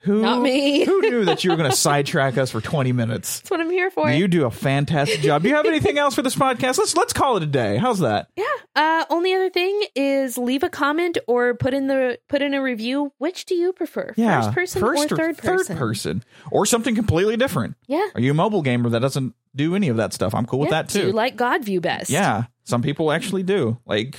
Who? not me. *laughs* who knew that you were going to sidetrack us for twenty minutes? That's what I'm here for. You do a fantastic job. Do you have anything else for this podcast? Let's let's call it a day. How's that? yeah. Uh, only other thing is leave a comment or put in the put in a review. Which do you prefer, Yeah. first person First or third person? Third person, or something completely different. Yeah. Are you a mobile gamer that doesn't do any of that stuff? I'm cool with Yeah. that Do too. you like God View best? Yeah, some people actually do. Like,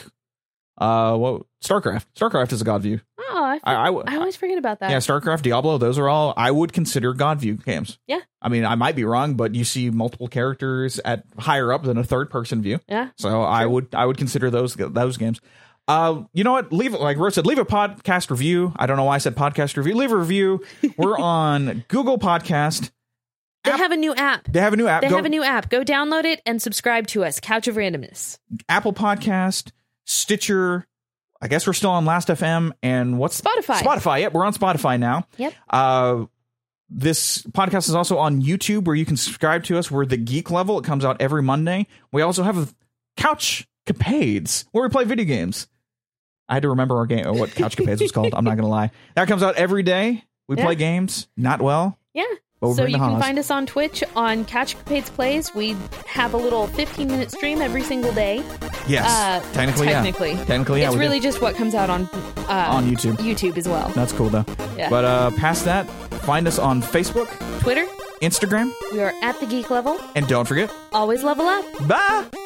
uh, what StarCraft? StarCraft is a God view. Oh, I, I, I, w- I always forget about that. yeah, StarCraft, Diablo, those are all I would consider God view games. Yeah. I mean, I might be wrong, but you see multiple characters at higher up than a third person view, Yeah. so I would I would consider those those games. Uh, you know what? Leave like Rose said. Leave a podcast review. I don't know why I said podcast review. Leave a review. We're *laughs* on Google Podcast. They App- have a new app. They have a new app. They Go- have a new app. Go download it and subscribe to us, Couch of Randomness. Apple Podcast, Stitcher. I guess we're still on Last FM and what's Spotify. Spotify. Yep, we're on Spotify now. Yep. Uh, this podcast is also on YouTube where you can subscribe to us. We're the Geek Level. It comes out every Monday. We also have a Couch Capades where we play video games. I had to remember our game, uh, what Couch Capades was called. I'm not going to lie. That comes out every day. We Yeah. play games. Not well. Yeah. Over so in you the can Haas. find us on Twitch on Couch Capades Plays. We have a little 15 minute stream every single day. Yes. Uh, technically, technically. yeah. Technically, yeah. it's we do. really just what comes out on uh, On YouTube. YouTube as well. That's cool, though. Yeah. But uh, past that, find us on Facebook, Twitter, Instagram, we are at the geek level. and don't forget, Always level up. bye!